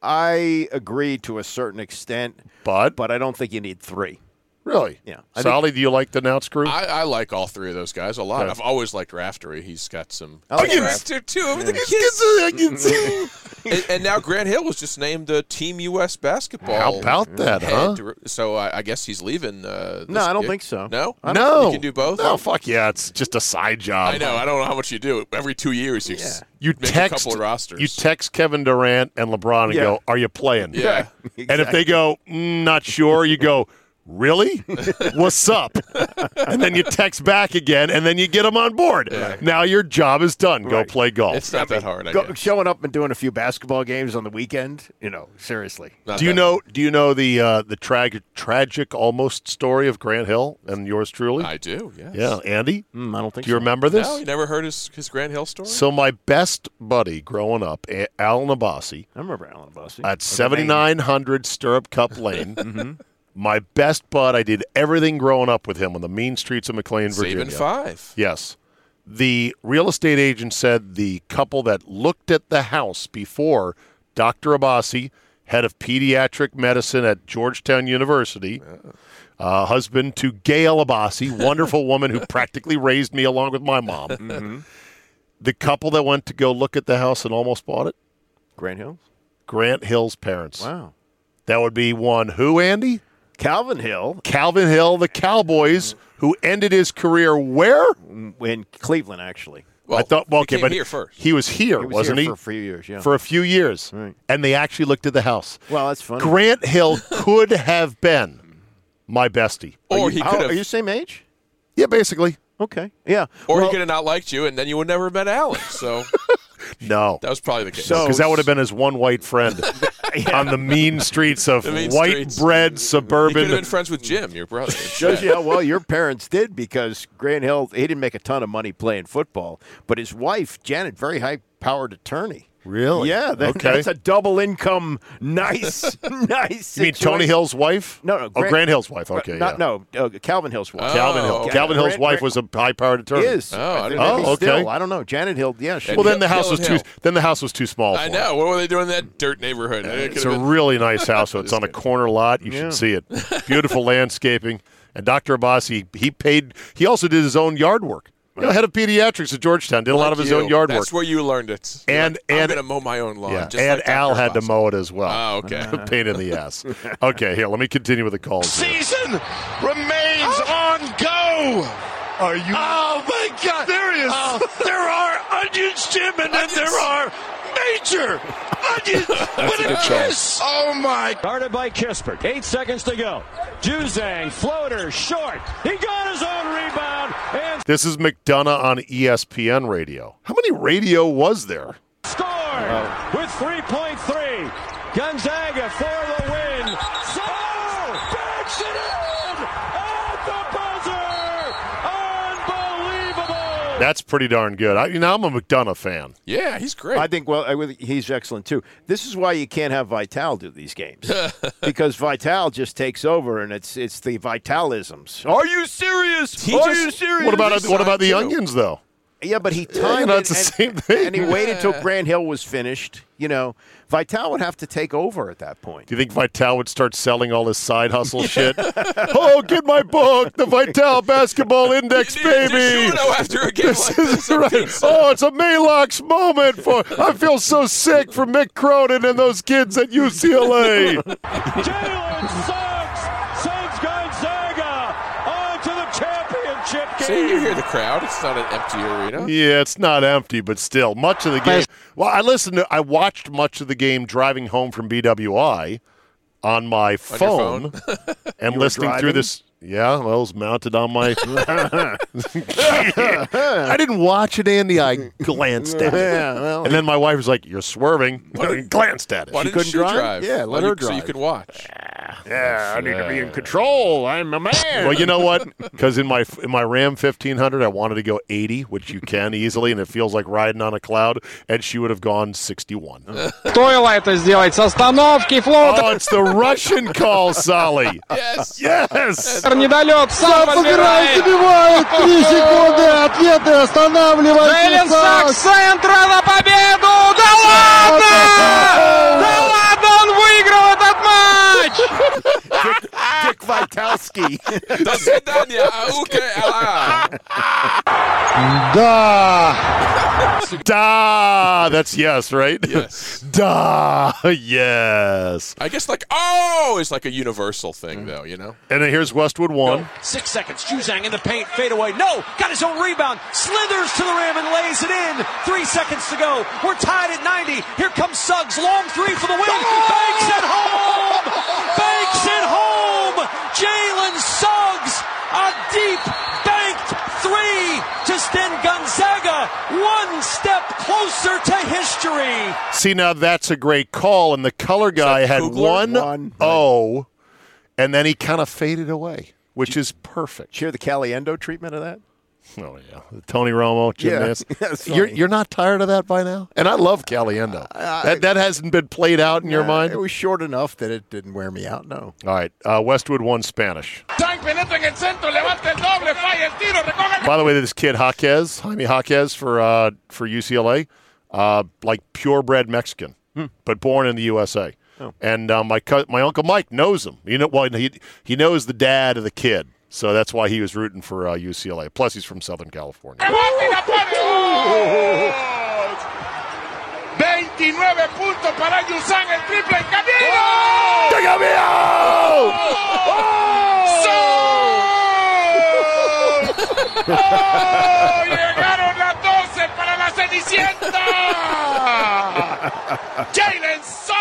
[SPEAKER 7] I agree to a certain extent,
[SPEAKER 1] But,
[SPEAKER 7] but I don't think you need three.
[SPEAKER 1] really,
[SPEAKER 7] Yeah. I think-
[SPEAKER 1] Sally, do you like the Nance crew?
[SPEAKER 5] I, I like all three of those guys a lot.
[SPEAKER 1] Okay.
[SPEAKER 5] I've always liked Raftery. He's got some.
[SPEAKER 7] I like
[SPEAKER 5] Rafter too. I mean, the kids- and, and now Grant Hill was just named the Team U.S. basketball.
[SPEAKER 1] How about that,
[SPEAKER 5] head
[SPEAKER 1] huh?
[SPEAKER 5] dir- So I, I guess he's leaving. Uh,
[SPEAKER 7] No,
[SPEAKER 5] this
[SPEAKER 7] I don't
[SPEAKER 5] gig.
[SPEAKER 7] think so.
[SPEAKER 5] No,
[SPEAKER 1] no,
[SPEAKER 5] You can do both.
[SPEAKER 1] No, fuck yeah, it's just a side job.
[SPEAKER 5] I know. I don't know how much you do. Every two years, you s-
[SPEAKER 1] You
[SPEAKER 5] make
[SPEAKER 1] text
[SPEAKER 5] a couple of rosters.
[SPEAKER 1] You text Kevin Durant and LeBron and
[SPEAKER 7] Yeah.
[SPEAKER 1] go, "Are you playing?"
[SPEAKER 5] Yeah.
[SPEAKER 1] And if they go, "Mm, "Not sure," you go, "Really? What's up?" And then you text back again, and then you get them on board. Now your job is done. Go
[SPEAKER 7] Right.
[SPEAKER 1] play golf.
[SPEAKER 5] it's not that hard. I
[SPEAKER 7] Go,
[SPEAKER 5] guess.
[SPEAKER 7] showing up and doing a few basketball games on the weekend, you know, seriously.
[SPEAKER 5] Not
[SPEAKER 1] do you
[SPEAKER 5] that-
[SPEAKER 1] know? Do you know the uh, the tragic, tragic, almost story of Grant Hill and yours truly?
[SPEAKER 5] I do. Yes.
[SPEAKER 1] yeah, Andy.
[SPEAKER 7] Mm, I don't think
[SPEAKER 1] Do you
[SPEAKER 7] so.
[SPEAKER 1] remember this?
[SPEAKER 5] No, you never heard his his Grant Hill story.
[SPEAKER 1] So my best buddy growing up, A- Al Nabasi,
[SPEAKER 7] I remember Alan Bussey.
[SPEAKER 1] at 7900 Stirrup Cup Lane. My best bud. I did everything growing up with him on the mean streets of McLean, Virginia.
[SPEAKER 5] Saving five.
[SPEAKER 1] Yes. The real estate agent said the couple that looked at the house before Dr. Abbasi, head of pediatric medicine at Georgetown University, uh, husband to Gail Abbasi, wonderful woman who practically raised me along with my mom. The couple that went to go look at the house and almost bought it,
[SPEAKER 7] Grant Hill.
[SPEAKER 1] Grant Hill's parents.
[SPEAKER 7] Wow.
[SPEAKER 1] That would be one who, Andy?
[SPEAKER 7] Calvin Hill
[SPEAKER 1] Calvin Hill, the Cowboys, who ended his career where?
[SPEAKER 7] in Cleveland, actually.
[SPEAKER 5] Well,
[SPEAKER 1] I thought, well,
[SPEAKER 5] he
[SPEAKER 1] okay,
[SPEAKER 5] came
[SPEAKER 1] but
[SPEAKER 5] here first.
[SPEAKER 1] he was here,
[SPEAKER 7] He was
[SPEAKER 1] was not
[SPEAKER 7] here for
[SPEAKER 1] he?
[SPEAKER 7] a few years, yeah.
[SPEAKER 1] For a few years.
[SPEAKER 7] Right.
[SPEAKER 1] And they actually looked at the house.
[SPEAKER 7] well, that's funny.
[SPEAKER 1] Grant Hill could have been my bestie.
[SPEAKER 5] or he
[SPEAKER 7] How-
[SPEAKER 5] could have.
[SPEAKER 7] are you same age?
[SPEAKER 1] Yeah, basically.
[SPEAKER 7] Okay. Yeah.
[SPEAKER 5] or
[SPEAKER 7] Well,
[SPEAKER 5] he could have not liked you, and then you would never have met Alan. So
[SPEAKER 1] No.
[SPEAKER 5] that was probably the case.
[SPEAKER 7] So-
[SPEAKER 1] Because that would have been his one white friend on the mean streets of
[SPEAKER 5] The mean
[SPEAKER 1] white
[SPEAKER 5] streets. he
[SPEAKER 1] bread
[SPEAKER 5] could have been
[SPEAKER 1] suburban.
[SPEAKER 5] friends with Jim, your brother.
[SPEAKER 7] shows you how well your parents did because Grant Hill he didn't make a ton of money playing football, but his wife Janet, very high powered attorney.
[SPEAKER 1] Really?
[SPEAKER 7] Yeah, that,
[SPEAKER 1] Okay.
[SPEAKER 7] that's a double income, nice, nice.
[SPEAKER 1] You mean Tony
[SPEAKER 7] situation.
[SPEAKER 1] Hill's wife?
[SPEAKER 7] No, no,
[SPEAKER 1] oh,
[SPEAKER 7] Grant-
[SPEAKER 1] Grant Hill's wife. Okay,
[SPEAKER 7] Not
[SPEAKER 1] yeah.
[SPEAKER 7] no, uh, Calvin Hill's wife.
[SPEAKER 1] Calvin Hill.
[SPEAKER 5] Oh, okay.
[SPEAKER 1] Calvin Hill's
[SPEAKER 7] Grant-
[SPEAKER 1] wife was a high-powered attorney.
[SPEAKER 7] Is
[SPEAKER 5] Oh, I
[SPEAKER 7] I think
[SPEAKER 5] didn't know
[SPEAKER 7] maybe
[SPEAKER 1] that. Oh, okay.
[SPEAKER 7] Still, I don't know. Janet Hill. Yeah, she,
[SPEAKER 1] Well, then the
[SPEAKER 5] Hill
[SPEAKER 1] house
[SPEAKER 5] and
[SPEAKER 1] was too.
[SPEAKER 5] Hill.
[SPEAKER 1] Then the house was too small. For
[SPEAKER 5] I
[SPEAKER 1] him.
[SPEAKER 5] know. What were they doing in that dirt neighborhood? It
[SPEAKER 1] It's
[SPEAKER 5] could
[SPEAKER 1] a
[SPEAKER 5] have been-
[SPEAKER 1] really nice house. So it's on a corner lot. You
[SPEAKER 7] Yeah.
[SPEAKER 1] should see it. Beautiful landscaping. And Dr. Abbas, he, he paid. He also did his own yard work. You know, head of pediatrics at Georgetown did a lot of his
[SPEAKER 5] you.
[SPEAKER 1] own yard
[SPEAKER 5] That's where
[SPEAKER 1] work.
[SPEAKER 5] you learned it. You're
[SPEAKER 1] And-
[SPEAKER 5] like, I'm
[SPEAKER 1] and-
[SPEAKER 5] gonna mow my own lawn.
[SPEAKER 1] yeah,
[SPEAKER 5] just
[SPEAKER 1] and
[SPEAKER 5] like Dr.
[SPEAKER 1] Al had to
[SPEAKER 5] Abbasi.
[SPEAKER 1] mow it as well.
[SPEAKER 5] Oh, okay.
[SPEAKER 1] Pain in the ass. Okay, here. Let me continue with the calls. here.
[SPEAKER 6] season remains on go. Are you? Oh my God! There he is. there are onions, Jim, and then there are Major Onions with a, kiss. Oh my!
[SPEAKER 10] Started by Kispert. Eight seconds to go. Juzang floater short. He got his own rebound and
[SPEAKER 1] This is McDonough on E ESPN radio. How many radio was there?
[SPEAKER 10] scored with 3.3. Gonzaga for the win. So backs it in at the buzzer. Unbelievable.
[SPEAKER 1] That's pretty darn good. I, you know, I'm a McDonough fan.
[SPEAKER 5] Yeah, he's great.
[SPEAKER 7] I think well, I, would- he's excellent too. This is why you can't have Vital do these games because Vital just takes over, and it's it's the Vitalisms. Are you serious?
[SPEAKER 5] He
[SPEAKER 7] Are
[SPEAKER 5] just-
[SPEAKER 7] you serious?
[SPEAKER 1] What about what about the
[SPEAKER 5] too.
[SPEAKER 1] onions though?
[SPEAKER 7] Yeah, but he
[SPEAKER 1] you know,
[SPEAKER 7] timed
[SPEAKER 1] it's
[SPEAKER 7] it
[SPEAKER 1] the
[SPEAKER 7] and,
[SPEAKER 1] same thing.
[SPEAKER 7] and he waited till Grand Hill was finished. You know, Vital would have to take over at that point.
[SPEAKER 1] Do you think Vital would start selling all his side hustle shit? oh, get my book, the Vital Basketball Index,
[SPEAKER 5] Dude,
[SPEAKER 1] baby.
[SPEAKER 5] did you know after a game like this,
[SPEAKER 1] is right.
[SPEAKER 5] pizza?
[SPEAKER 1] Oh, it's a Malox moment for. I feel so sick for Mick Cronin and those kids at UCLA.
[SPEAKER 10] Jalen Suggs sends Gonzaga on to the championship
[SPEAKER 5] See, you
[SPEAKER 10] game.
[SPEAKER 5] hear the crowd. It's not an empty arena.
[SPEAKER 1] yeah, it's not empty, but still, much of the game. Well, I listened to, I watched much of the game driving home from BWI on my phone, and listening through
[SPEAKER 7] driving?
[SPEAKER 1] this. Yeah, well, it was mounted on my. I didn't watch it, Andy. I glanced at it.
[SPEAKER 7] Yeah, well-
[SPEAKER 1] and then my wife was like, "You're swerving." glanced at it.
[SPEAKER 5] Why
[SPEAKER 1] She
[SPEAKER 5] didn't
[SPEAKER 7] couldn't
[SPEAKER 5] you
[SPEAKER 7] drive?
[SPEAKER 5] drive?
[SPEAKER 7] Yeah,
[SPEAKER 5] Why
[SPEAKER 7] let her
[SPEAKER 5] you- So you
[SPEAKER 7] drive.
[SPEAKER 5] could watch.
[SPEAKER 1] Yeah, I need to be in
[SPEAKER 7] Control. I'm a man.
[SPEAKER 1] Well, you know what? Because in my in my Ram 1500, I wanted to go 80, which you can easily, and it feels like riding on a cloud. And she would have gone 61.
[SPEAKER 6] Uh.
[SPEAKER 1] oh,
[SPEAKER 11] Стоило это сделать с остановки флота.
[SPEAKER 1] it's the Russian call, Solly.
[SPEAKER 5] Yes.
[SPEAKER 1] Yes.
[SPEAKER 11] Недолет сам подбирает.
[SPEAKER 3] забивает 3 секунды, ответы
[SPEAKER 11] Джейлен Сакс
[SPEAKER 3] останавливает.
[SPEAKER 11] центра на победу! Да ладно! Да ладно, он выиграл этот матч!
[SPEAKER 7] Dick Vitalski.
[SPEAKER 5] До свидания,
[SPEAKER 11] а,
[SPEAKER 5] АУКЛА.
[SPEAKER 3] Да.
[SPEAKER 1] Da. That's yes, right?
[SPEAKER 5] Yes.
[SPEAKER 1] Da. Yes.
[SPEAKER 5] I guess like oh, it's like a universal thing though, you know.
[SPEAKER 1] And then here's Westwood one.
[SPEAKER 10] Six seconds. Juzang in the paint. Fade away. No. Got his own rebound. Slithers to the rim and lays it in. Three seconds to go. We're tied at 90. Here comes Suggs. Long three for the win. Banks it home. Banks it home. Jalen Suggs. A deep banked three to send Gonzaga one step closer to history.
[SPEAKER 1] See, now that's a great call. And the color guy had
[SPEAKER 5] Kugler?
[SPEAKER 1] one Oh. O,
[SPEAKER 7] One. Oh.
[SPEAKER 1] and then he kind of faded away, which is perfect.
[SPEAKER 7] Cheer the Caliendo treatment of that.
[SPEAKER 1] Oh yeah, Tony Romo, Jim
[SPEAKER 7] Yeah.
[SPEAKER 1] Nance.
[SPEAKER 7] That's
[SPEAKER 1] you're
[SPEAKER 7] funny.
[SPEAKER 1] you're not tired of that by now, and I love Caliendo. that that hasn't been played out in your mind.
[SPEAKER 7] Uh, It was short enough that it didn't wear me out. No.
[SPEAKER 1] All right, uh, Westwood won Spanish.
[SPEAKER 6] Tank penetra en el centro, levanta el doble, falla el tiro, recoge.
[SPEAKER 1] By the way, this kid Jaquez, Jaime Jaquez for uh, for UCLA, uh, like purebred Mexican,
[SPEAKER 7] Hmm.
[SPEAKER 1] but born in the USA.
[SPEAKER 7] Oh.
[SPEAKER 1] And uh, my co- my uncle Mike knows him. You know, well he he knows the dad of the kid, so that's why he was rooting for uh, UCLA. Plus, he's from Southern California.
[SPEAKER 6] Rebote y la pone. 29 puntos para Yusan, el triple en camino. ¡Sol! ¡Oh! Llegaron las 12 para la Cenicienta. Jalen Sol.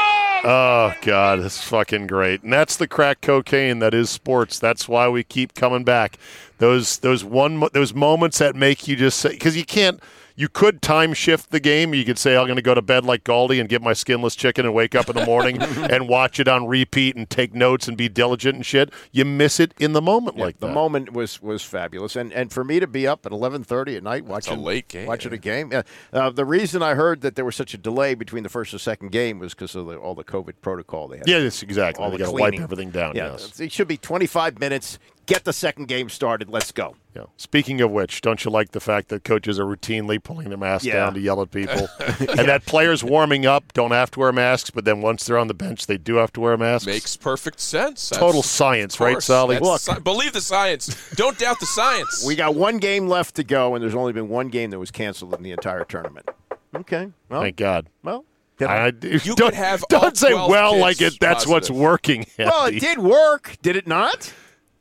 [SPEAKER 1] Oh God, that's fucking great. And that's the crack cocaine that is sports. That's why we keep coming back. Those those one mo- those moments that make you just say because you can't. You could time shift the game. You could say I'm going to go to bed like Galdi and get my skinless chicken and wake up in the morning and watch it on repeat and take notes and be diligent and shit. You miss it in the moment
[SPEAKER 7] Yeah,
[SPEAKER 1] like
[SPEAKER 7] the
[SPEAKER 1] that.
[SPEAKER 7] moment was was fabulous, and and for me to be up at eleven thirty at night watching
[SPEAKER 5] late game.
[SPEAKER 7] watching a game. yeah. Uh, the reason I heard that there was such a delay between the first and second game was because of the, all the COVID protocol they had.
[SPEAKER 1] Yeah, yes, exactly.
[SPEAKER 7] all
[SPEAKER 1] they
[SPEAKER 7] the
[SPEAKER 1] got to
[SPEAKER 7] cleaning.
[SPEAKER 1] wipe everything down.
[SPEAKER 7] Yeah,
[SPEAKER 1] yes.
[SPEAKER 7] it should be twenty five minutes. Get the second game started. Let's go.
[SPEAKER 1] Yeah. Speaking of which, don't you like the fact that coaches are routinely pulling their masks
[SPEAKER 7] Yeah.
[SPEAKER 1] down to yell at people, and that players warming up don't have to wear masks, but then once they're on the bench, they do have to wear masks.
[SPEAKER 5] Makes perfect sense. That's-
[SPEAKER 1] total science,
[SPEAKER 5] of
[SPEAKER 1] right,
[SPEAKER 5] course.
[SPEAKER 1] Sally?
[SPEAKER 5] That's sci- believe the science. Don't doubt the science.
[SPEAKER 7] We got one game left to go, and there's only been one game that was canceled in the entire tournament. Okay. Well,
[SPEAKER 1] thank God.
[SPEAKER 7] well, did I-
[SPEAKER 1] I,
[SPEAKER 5] could
[SPEAKER 1] don't
[SPEAKER 5] have all
[SPEAKER 1] don't say
[SPEAKER 5] 12
[SPEAKER 1] well
[SPEAKER 5] kids
[SPEAKER 1] like it. That's what's
[SPEAKER 5] positive.
[SPEAKER 1] working.
[SPEAKER 7] well,
[SPEAKER 1] Andy.
[SPEAKER 7] it did work, did it not?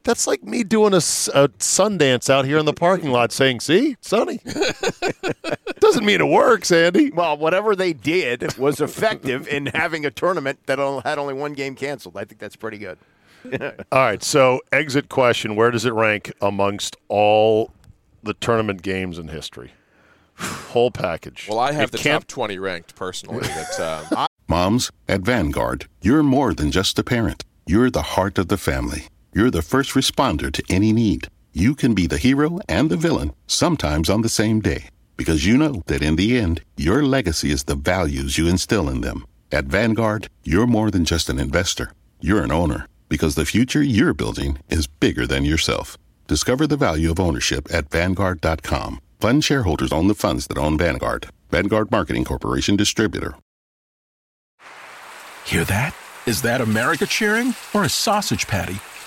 [SPEAKER 1] That's like me doing a, s- a Sundance out here in the parking lot saying, see, sunny. Doesn't mean it works, Andy.
[SPEAKER 7] Well, whatever they did was effective in having a tournament that on- had only one game canceled. I think that's pretty good.
[SPEAKER 1] All right, so exit question Where does it rank amongst all the tournament games in history? Whole package.
[SPEAKER 5] Well, I have
[SPEAKER 1] It
[SPEAKER 5] the
[SPEAKER 1] can't-
[SPEAKER 5] top 20 ranked personally. That, um,
[SPEAKER 12] Moms, at Vanguard, you're more than just a parent. You're the heart of the family. You're the first responder to any need. You can be the hero and the villain, sometimes on the same day, because you know that in the end, your legacy is the values you instill in them. At Vanguard, you're more than just an investor, you're an owner, because the future you're building is bigger than yourself. Discover the value of ownership at Vanguard.com. Fund shareholders own the funds that own Vanguard. Vanguard Marketing Corporation Distributor.
[SPEAKER 13] Hear that? Is that America cheering or a sausage patty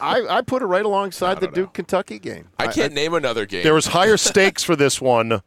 [SPEAKER 7] I, I put it right alongside the Duke Kentucky game.
[SPEAKER 5] I can't name another game.
[SPEAKER 1] There was higher stakes for this one,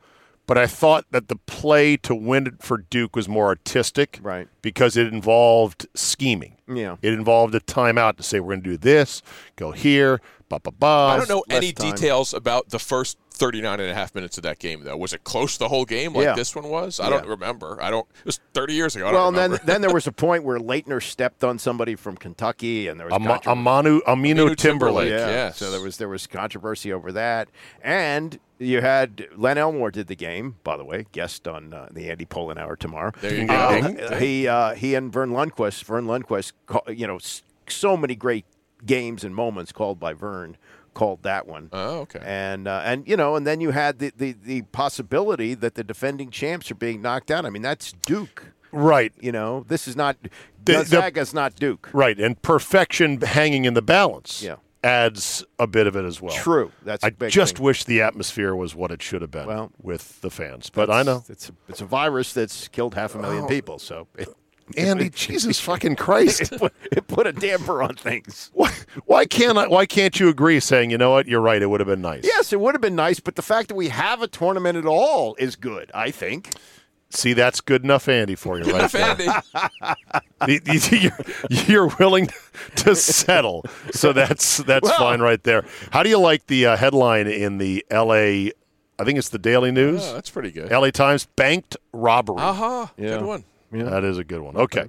[SPEAKER 1] but I thought that the play to win it for Duke was more artistic, right? Because it involved scheming.
[SPEAKER 7] Yeah.
[SPEAKER 1] it involved a timeout to say we're going to do this, go here, ba ba ba.
[SPEAKER 5] I don't know any details about the first 39 and a half minutes of that game, though. Was it close the whole game like
[SPEAKER 7] Yeah.
[SPEAKER 5] this one was? I
[SPEAKER 7] Yeah.
[SPEAKER 5] don't remember. I don't. It was 30 years ago. I
[SPEAKER 7] well,
[SPEAKER 5] don't
[SPEAKER 7] and then
[SPEAKER 5] remember.
[SPEAKER 7] then there was a point where Leitner stepped on somebody from Kentucky, and there was
[SPEAKER 1] Ama-
[SPEAKER 7] contro-
[SPEAKER 1] Amanu Aminu, Timberlake.
[SPEAKER 7] Yeah. So there was there was controversy over that, and you had Len Elmore did the game. By the way, guest on uh, the Andy Pollin Hour tomorrow.
[SPEAKER 5] There you
[SPEAKER 7] Uh,
[SPEAKER 5] go.
[SPEAKER 7] he uh, he and Vern Lundquist. Vern Lundquist. ca- You know, s- so many great games and moments called by Vern. Called that one.
[SPEAKER 5] Oh, okay.
[SPEAKER 7] And uh, and you know, and then you had the, the the possibility that the defending champs are being knocked out. I mean, that's Duke.
[SPEAKER 1] Right.
[SPEAKER 7] You know, this is not
[SPEAKER 1] The- the-
[SPEAKER 7] Gonzaga's not Duke.
[SPEAKER 1] Right, and perfection hanging in the balance.
[SPEAKER 7] Yeah.
[SPEAKER 1] Adds a bit of it as well.
[SPEAKER 7] True. That's
[SPEAKER 1] I
[SPEAKER 7] a big
[SPEAKER 1] just
[SPEAKER 7] thing.
[SPEAKER 1] wish the atmosphere was what it should have been well, with the fans. But I
[SPEAKER 7] That's-
[SPEAKER 1] know.
[SPEAKER 7] it's a, it's a virus that's killed half a million
[SPEAKER 1] Oh.
[SPEAKER 7] people. So, it,
[SPEAKER 1] Andy, Jesus fucking Christ.
[SPEAKER 7] it, put, it put a damper on things.
[SPEAKER 1] Why can't I, why can't you agree saying, you know what, you're right, it would have been nice.
[SPEAKER 7] Yes, it would have been nice, but the fact that we have a tournament at all is good. I think.
[SPEAKER 1] See, that's good enough Andy for you right there. You- you- you're, you're willing to settle. So that's that's
[SPEAKER 7] Well-
[SPEAKER 1] fine right there. How do you like the uh, headline in the LA I think it's the Daily News?
[SPEAKER 5] Oh, that's pretty good.
[SPEAKER 1] LA Times banked robbery.
[SPEAKER 5] Aha, good one.
[SPEAKER 1] That is a good one. Okay.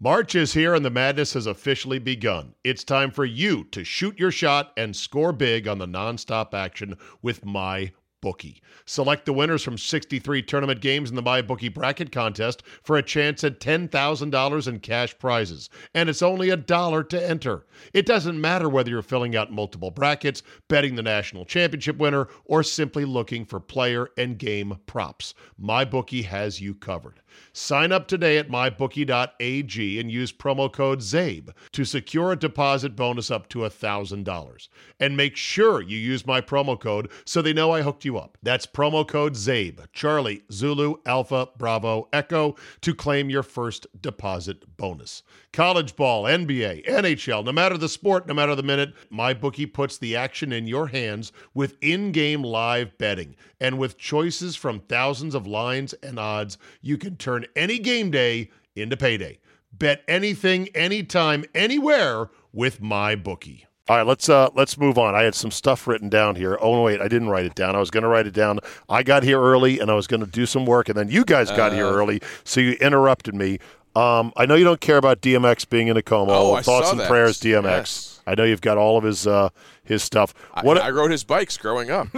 [SPEAKER 1] March is here and the madness has officially begun. It's time for you to shoot your shot and score big on the nonstop action with my bookie. Select the winners from 63 tournament games in the my bookie bracket contest for a chance at $10,000 in cash prizes, and it's only a dollar to enter. It doesn't matter whether you're filling out multiple brackets, betting the national championship winner, or simply looking for player and game props. MyBookie has you covered. Sign up today at mybookie.ag and use promo code ZABE to secure a deposit bonus up to $1,000. And make sure you use my promo code so they know I hooked you up. That's promo code ZABE, Charlie, Zulu, Alpha, Bravo, Echo to claim your first deposit bonus. College ball, NBA, NHL, no matter the sport, no matter the minute, MyBookie puts the action in your hands with in game live betting. And with choices from thousands of lines and odds, you can turn any game day into payday. Bet anything, anytime, anywhere with MyBookie. All right, let's uh let's move on. I had some stuff written down here. Oh no, wait, I didn't write it down. I was going to write it down. I got here early and I was going to do some work and then you guys got here
[SPEAKER 5] Uh.
[SPEAKER 1] early, so you interrupted me. Um, I know you don't care about DMX being in a coma.
[SPEAKER 5] Oh, I
[SPEAKER 1] Thoughts
[SPEAKER 5] saw
[SPEAKER 1] and
[SPEAKER 5] that.
[SPEAKER 1] prayers, DMX.
[SPEAKER 5] Yes.
[SPEAKER 1] I know you've got all of his uh, his stuff.
[SPEAKER 5] What I, rode his bikes growing up.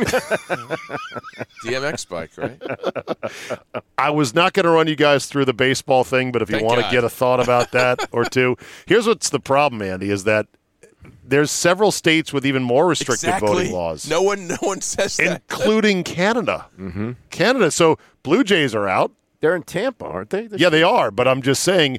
[SPEAKER 5] DMX bike, right?
[SPEAKER 1] I was not going to run you guys through the baseball thing, but if you
[SPEAKER 5] Thank
[SPEAKER 1] want to
[SPEAKER 5] God.
[SPEAKER 1] get a thought about that or two, here's what's the problem, Andy, is that there's several states with even more restrictive voting laws,
[SPEAKER 5] No one, no one says that.
[SPEAKER 1] including Canada. Mm-hmm. Canada. So Blue Jays are out.
[SPEAKER 7] They're in Tampa, aren't they?
[SPEAKER 1] yeah, they are. But I'm just saying,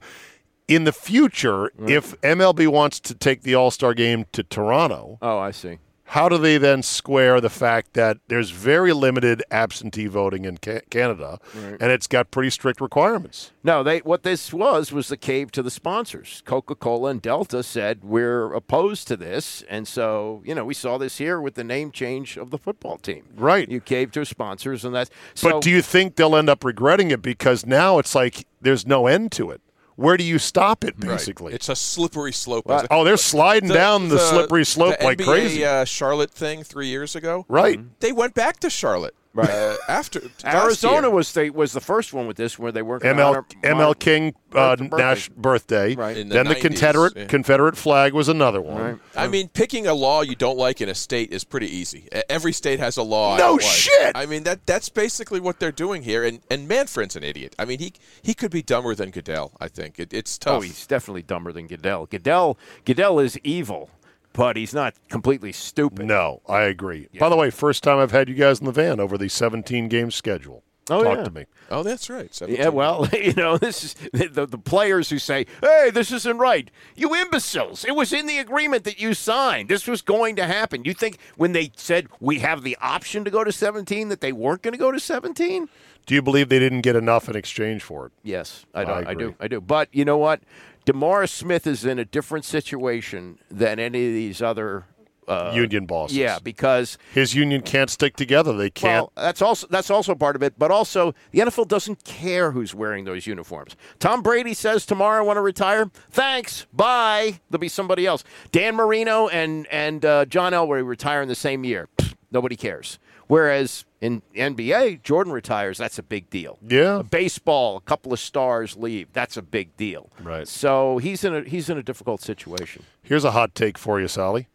[SPEAKER 1] in the future, if MLB wants to take the All Star game to Toronto,
[SPEAKER 7] Oh, I see.
[SPEAKER 1] How do they then square the fact that there's very limited absentee voting in ca- Canada,
[SPEAKER 7] Right.
[SPEAKER 1] and it's got pretty strict requirements?
[SPEAKER 7] No, they what this was was the cave to the sponsors. Coca-Cola and Delta said we're opposed to this, and so you know we saw this here with the name change of the football team.
[SPEAKER 1] Right.
[SPEAKER 7] You caved to sponsors, and that's so.
[SPEAKER 1] but do you think they'll end up regretting it because now it's like there's no end to it? Where do you stop it, basically?
[SPEAKER 5] It's a slippery slope.
[SPEAKER 1] Well, oh, they're sliding down the slippery slope
[SPEAKER 5] the
[SPEAKER 1] like
[SPEAKER 5] NBA,
[SPEAKER 1] crazy.
[SPEAKER 5] Uh, Charlotte thing three years ago.
[SPEAKER 1] Right. Mhm.
[SPEAKER 5] They went back to Charlotte.
[SPEAKER 7] Right.
[SPEAKER 5] uh, after last
[SPEAKER 7] Arizona
[SPEAKER 5] year.
[SPEAKER 7] was the was the first one with this where they weren't gonna
[SPEAKER 1] ML,
[SPEAKER 7] honor
[SPEAKER 1] ML
[SPEAKER 7] Martin-
[SPEAKER 1] King uh,
[SPEAKER 7] birthday.
[SPEAKER 1] Nash birthday.
[SPEAKER 7] Right. In
[SPEAKER 5] the
[SPEAKER 1] then the
[SPEAKER 5] 90s,
[SPEAKER 1] Confederate
[SPEAKER 5] yeah.
[SPEAKER 1] Confederate flag was another one.
[SPEAKER 7] Um,
[SPEAKER 5] I mean, picking a law you don't like in a state is pretty easy. E- Every state has a law. I
[SPEAKER 1] No
[SPEAKER 5] don't like.
[SPEAKER 1] shit!
[SPEAKER 5] I mean that that's basically what they're doing here. And and Manfred's an idiot. I mean he he could be dumber than Goodell. I think it, it's tough.
[SPEAKER 7] Oh, he's definitely dumber than Goodell. Goodell Goodell is evil, but he's not completely stupid.
[SPEAKER 1] No, I agree. By the way, first time I've had you guys in the van over the 17 game schedule.
[SPEAKER 7] Oh,
[SPEAKER 1] Talk
[SPEAKER 7] yeah.
[SPEAKER 1] to me.
[SPEAKER 5] Oh, that's right.
[SPEAKER 7] Yeah, well, you know, this is the, the, the players who say, "Hey, this isn't right." You imbeciles! It was in the agreement that you signed. This was going to happen. You think when they said we have the option to go to 17 that they weren't going to go to 17?
[SPEAKER 1] Do you believe they didn't get enough in exchange for it?
[SPEAKER 7] Yes, I, do
[SPEAKER 1] I
[SPEAKER 7] I, do.
[SPEAKER 1] agree.
[SPEAKER 7] I do. But you know what? Demaris Smith is in a different situation than any of these other uh,
[SPEAKER 1] Union bosses.
[SPEAKER 7] Yeah, because
[SPEAKER 1] His union can't stick together. They can't.
[SPEAKER 7] Well, that's also that's also part of it, but also the NFL doesn't care who's wearing those uniforms. Tom Brady says tomorrow I want to retire. Thanks, bye. There'll be somebody else. Dan Marino and and uh, John Elway retire in the same year. Pfft, nobody cares. Whereas in NBA, Jordan retires. That's a big deal.
[SPEAKER 1] yeah.
[SPEAKER 7] Baseball, a couple of stars leave. That's a big deal. Right. So he's in a he's in a difficult situation.
[SPEAKER 1] Here's a hot take for you, Sally.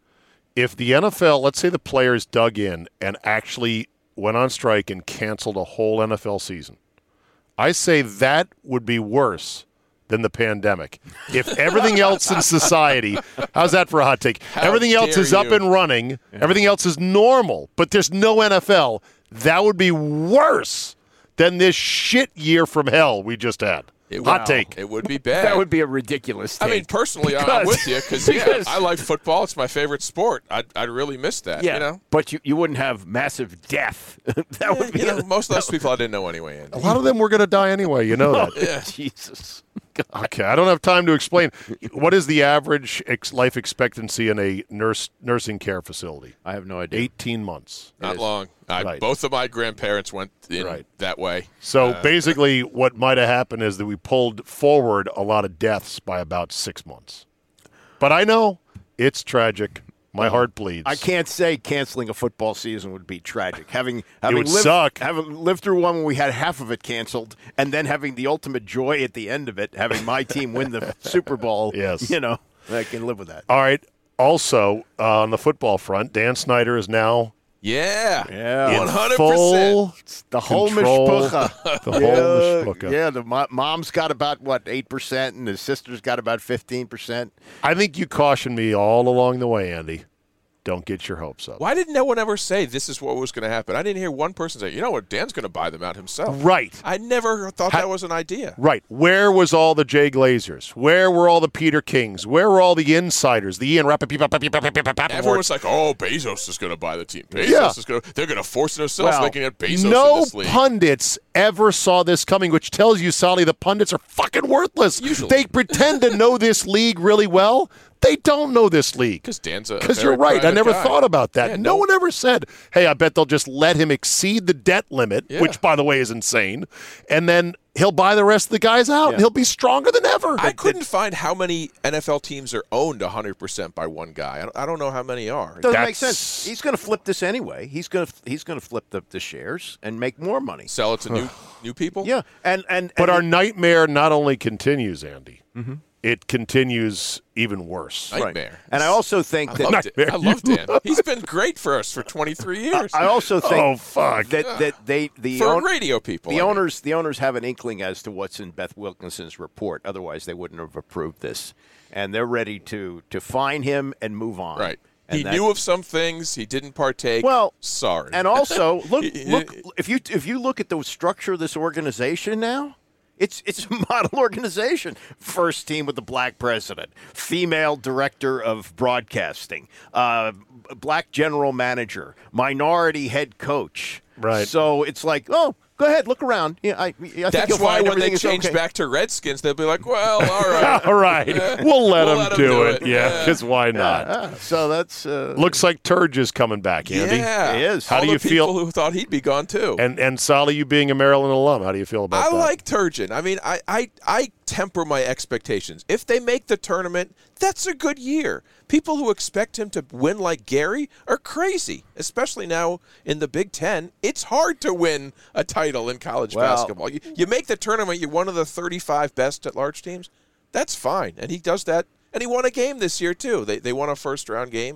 [SPEAKER 1] If the NFL, let's say the players dug in and actually went on strike and canceled a whole NFL season, I say that would be worse than the pandemic. If everything else in society, how's that for a hot take?
[SPEAKER 6] How
[SPEAKER 1] everything else
[SPEAKER 6] dare
[SPEAKER 1] is up
[SPEAKER 6] you.
[SPEAKER 1] and running, everything else is normal, but there's no NFL, that would be worse than this shit year from hell we just had.
[SPEAKER 5] It
[SPEAKER 1] hot
[SPEAKER 5] would-
[SPEAKER 1] take.
[SPEAKER 5] It would be bad. That would
[SPEAKER 7] be a ridiculous.
[SPEAKER 5] I mean, personally, I- I'm with you because yeah, I like football. It's my favorite sport. I'd, I'd really miss that.
[SPEAKER 7] Yeah,
[SPEAKER 5] You know,
[SPEAKER 7] but you, you wouldn't have massive death. that would be
[SPEAKER 5] You know, most of those people I didn't know anyway. Andy.
[SPEAKER 1] A lot of them were going to die anyway. You
[SPEAKER 7] Oh,
[SPEAKER 1] know that.
[SPEAKER 7] Jesus.
[SPEAKER 1] Okay, I don't have time to explain. What is the average ex- life expectancy in a nurse nursing care facility?
[SPEAKER 7] I have no idea.
[SPEAKER 1] Eighteen months.
[SPEAKER 5] Not long. I,
[SPEAKER 1] Right.
[SPEAKER 5] Both of my grandparents went in that way.
[SPEAKER 1] So
[SPEAKER 5] Uh,
[SPEAKER 1] basically, what might have happened is that we pulled forward a lot of deaths by about six months. But I know it's tragic. My
[SPEAKER 7] Oh.
[SPEAKER 1] heart bleeds.
[SPEAKER 7] I can't say canceling a football season would be tragic. Having, having
[SPEAKER 1] would
[SPEAKER 7] lived,
[SPEAKER 1] suck.
[SPEAKER 7] Having lived through one when we had half of it canceled, and then having the ultimate joy at the end of it, having my team win the Super Bowl.
[SPEAKER 1] Yes.
[SPEAKER 7] you know, I can live with that.
[SPEAKER 1] All right. Also, uh, on the football front, Dan Snyder is now
[SPEAKER 5] yeah,
[SPEAKER 7] yeah,
[SPEAKER 1] in full
[SPEAKER 7] The whole
[SPEAKER 1] control-
[SPEAKER 7] mishpucha.
[SPEAKER 1] The whole
[SPEAKER 7] yeah,
[SPEAKER 1] mishpucha.
[SPEAKER 7] yeah. The mo- mom's got about what eight percent, and the sister's got about fifteen percent.
[SPEAKER 1] I think you cautioned me all along the way, Andy. Don't get your hopes up.
[SPEAKER 5] Why did no one ever say this is what was going to happen? I didn't hear one person say, you know what, Dan's going to buy them out himself.
[SPEAKER 1] Right.
[SPEAKER 5] I never thought that was an idea.
[SPEAKER 1] Right. Where was all the Jay Glazers? Where were all the Peter Kings? Where were all the insiders? The Ian Rappaport.
[SPEAKER 5] Everyone's like, oh, Bezos is going to buy the team. Bezos
[SPEAKER 1] Yeah.
[SPEAKER 5] is going to, they're going to force themselves.
[SPEAKER 1] Well,
[SPEAKER 5] they can get Bezos in
[SPEAKER 1] no
[SPEAKER 5] this league.
[SPEAKER 1] pundits ever saw this coming, which tells you, Sally, the pundits are fucking worthless.
[SPEAKER 5] Usually.
[SPEAKER 1] They pretend to know this league really well. They don't know this league.
[SPEAKER 5] Because Dan's a
[SPEAKER 1] Because
[SPEAKER 5] very
[SPEAKER 1] you're right. I
[SPEAKER 5] private
[SPEAKER 1] never
[SPEAKER 5] guy.
[SPEAKER 1] thought about that.
[SPEAKER 5] Yeah,
[SPEAKER 1] no, one ever said, hey, I bet they'll just let him exceed the debt limit,
[SPEAKER 5] Yeah.
[SPEAKER 1] which, by the way, is insane. And then he'll buy the rest of the guys out and he'll be stronger than ever.
[SPEAKER 5] I couldn't find how many NFL teams are owned 100% by one guy. I don't, I don't know how many are.
[SPEAKER 7] Doesn't make sense. He's going to flip this anyway. He's going to he's going to flip the, the shares and make more money.
[SPEAKER 5] Sell it to new new people.
[SPEAKER 7] Yeah, and and
[SPEAKER 1] But
[SPEAKER 7] and Mm-hmm.
[SPEAKER 1] our nightmare not only continues, Andy, it continues even worse.
[SPEAKER 5] Nightmare.
[SPEAKER 7] and I also think
[SPEAKER 5] I
[SPEAKER 7] that
[SPEAKER 5] loved, it. I loved
[SPEAKER 1] You-
[SPEAKER 5] Dan. He's been great for us for 23 years.
[SPEAKER 7] I also think
[SPEAKER 1] Oh, fuck.
[SPEAKER 7] that that they the
[SPEAKER 5] For
[SPEAKER 7] own-
[SPEAKER 5] radio people,
[SPEAKER 7] the
[SPEAKER 5] I mean.
[SPEAKER 7] owners the owners have an inkling as to what's in Beth Wilkinson's report. Otherwise, they wouldn't have approved this, and they're ready to to fine him and move on.
[SPEAKER 5] Right.
[SPEAKER 7] And
[SPEAKER 5] he
[SPEAKER 7] that-
[SPEAKER 5] knew of some things. He didn't partake.
[SPEAKER 7] Well,
[SPEAKER 5] sorry.
[SPEAKER 7] And also, look, look if you if you look at the structure of this organization now, It's it's a model organization. First team with the black president, female director of broadcasting, uh, black general manager, minority head coach.
[SPEAKER 1] Right.
[SPEAKER 7] So it's like, oh, go ahead, look around. Yeah, I, I think
[SPEAKER 5] That's
[SPEAKER 7] you'll
[SPEAKER 5] why
[SPEAKER 7] find
[SPEAKER 5] when they
[SPEAKER 7] everything is
[SPEAKER 5] change
[SPEAKER 7] okay.
[SPEAKER 5] back to Redskins, they'll be like, well, all right.
[SPEAKER 1] All right.
[SPEAKER 5] Eh,
[SPEAKER 1] We'll let them
[SPEAKER 5] them
[SPEAKER 1] do it. Yeah, 'cause why not?
[SPEAKER 7] Yeah, so that's uh,
[SPEAKER 1] Looks like Turge is coming back, Andy.
[SPEAKER 5] Yeah.
[SPEAKER 1] How
[SPEAKER 5] All
[SPEAKER 1] do
[SPEAKER 5] the
[SPEAKER 1] you feel?
[SPEAKER 5] people who thought he'd be gone too.
[SPEAKER 1] and and Sally, you being a Maryland alum, how do you feel about
[SPEAKER 5] I
[SPEAKER 7] uh,
[SPEAKER 1] that?
[SPEAKER 5] like Turgeon. I mean, I, I I temper my expectations. If they make the tournament, that's a good year. People who expect him to win like Gary are crazy, especially now in the Big Ten. It's hard to win a title in college
[SPEAKER 7] Well-
[SPEAKER 5] basketball. You, you make the tournament, you're one of the 35 best at large teams. That's fine, and he does that. And he won a game this year too. They they won a first round game,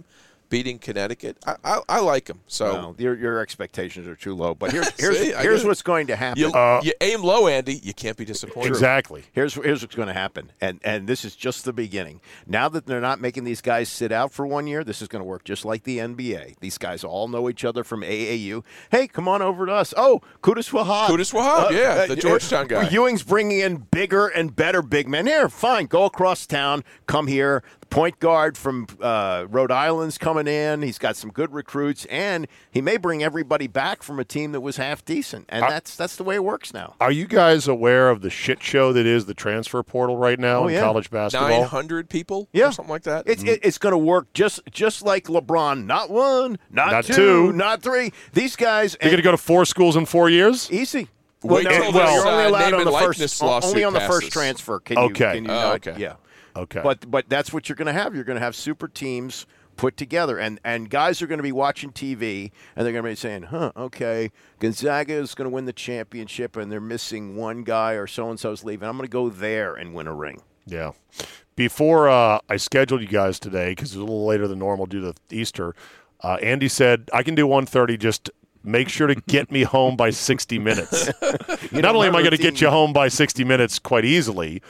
[SPEAKER 5] beating Connecticut. I I, I like him. So
[SPEAKER 7] Well, your your expectations are too low. But here's
[SPEAKER 5] See,
[SPEAKER 7] here's,
[SPEAKER 5] I
[SPEAKER 7] here's
[SPEAKER 5] did it.
[SPEAKER 7] what's going to happen.
[SPEAKER 5] you, you aim low, Andy. You can't be disappointed.
[SPEAKER 7] Here's here's what's going to happen, and and this is just the beginning. Now that they're not making these guys sit out for one year, this is going to work just like the NBA. These guys all know each other from AAU. Hey, come on over to us. Oh, Kudus Wahab.
[SPEAKER 5] Kudus Wahab, yeah, the Georgetown guy.
[SPEAKER 7] Uh, Ewing's bringing in bigger and better big men. Here, fine, go across town, come here. The point guard from uh, Rhode Island's coming in. He's got some good recruits, and he may bring everybody back from a team that was half decent. And
[SPEAKER 1] I-
[SPEAKER 7] that's that's the way it works now.
[SPEAKER 1] Are you guys aware of the shit show that is the transfer portal right now
[SPEAKER 7] Oh,
[SPEAKER 1] in
[SPEAKER 7] yeah.
[SPEAKER 1] college basketball? Mm-hmm.
[SPEAKER 5] 900 people
[SPEAKER 7] Yeah.
[SPEAKER 5] or something like that.
[SPEAKER 7] It's it, it's going to work just just like LeBron. Not one, not,
[SPEAKER 1] Not
[SPEAKER 7] two,
[SPEAKER 1] two.
[SPEAKER 7] not three. These guys.
[SPEAKER 1] They're going to go to four schools in four years?
[SPEAKER 7] Easy.
[SPEAKER 5] Wait till
[SPEAKER 7] no,
[SPEAKER 5] this,
[SPEAKER 7] you're only
[SPEAKER 5] uh,
[SPEAKER 7] allowed
[SPEAKER 5] name
[SPEAKER 7] on
[SPEAKER 5] and
[SPEAKER 7] the
[SPEAKER 5] likeness
[SPEAKER 7] first o-
[SPEAKER 5] lawsuit
[SPEAKER 7] only on the
[SPEAKER 5] passes.
[SPEAKER 7] first transfer. Can
[SPEAKER 1] Okay.
[SPEAKER 7] you, can you
[SPEAKER 5] Oh,
[SPEAKER 7] not-
[SPEAKER 5] okay.
[SPEAKER 7] Yeah.
[SPEAKER 1] Okay.
[SPEAKER 7] But but that's what you're going to have. You're going to have super teams put together, and and guys are going to be watching TV, and they're going to be saying, "Huh, okay, Gonzaga is going to win the championship, and they're missing one guy, or so and so's leaving. I'm going to go there and win a ring."
[SPEAKER 1] Yeah. Before uh, I scheduled you guys today, because it's a little later than normal due to Easter, uh, Andy said, I can do 1.30, just make sure to get me home by 60 minutes.
[SPEAKER 7] know,
[SPEAKER 1] Not only am
[SPEAKER 7] my
[SPEAKER 1] I going to get
[SPEAKER 7] routine-
[SPEAKER 1] you home by 60 minutes quite easily,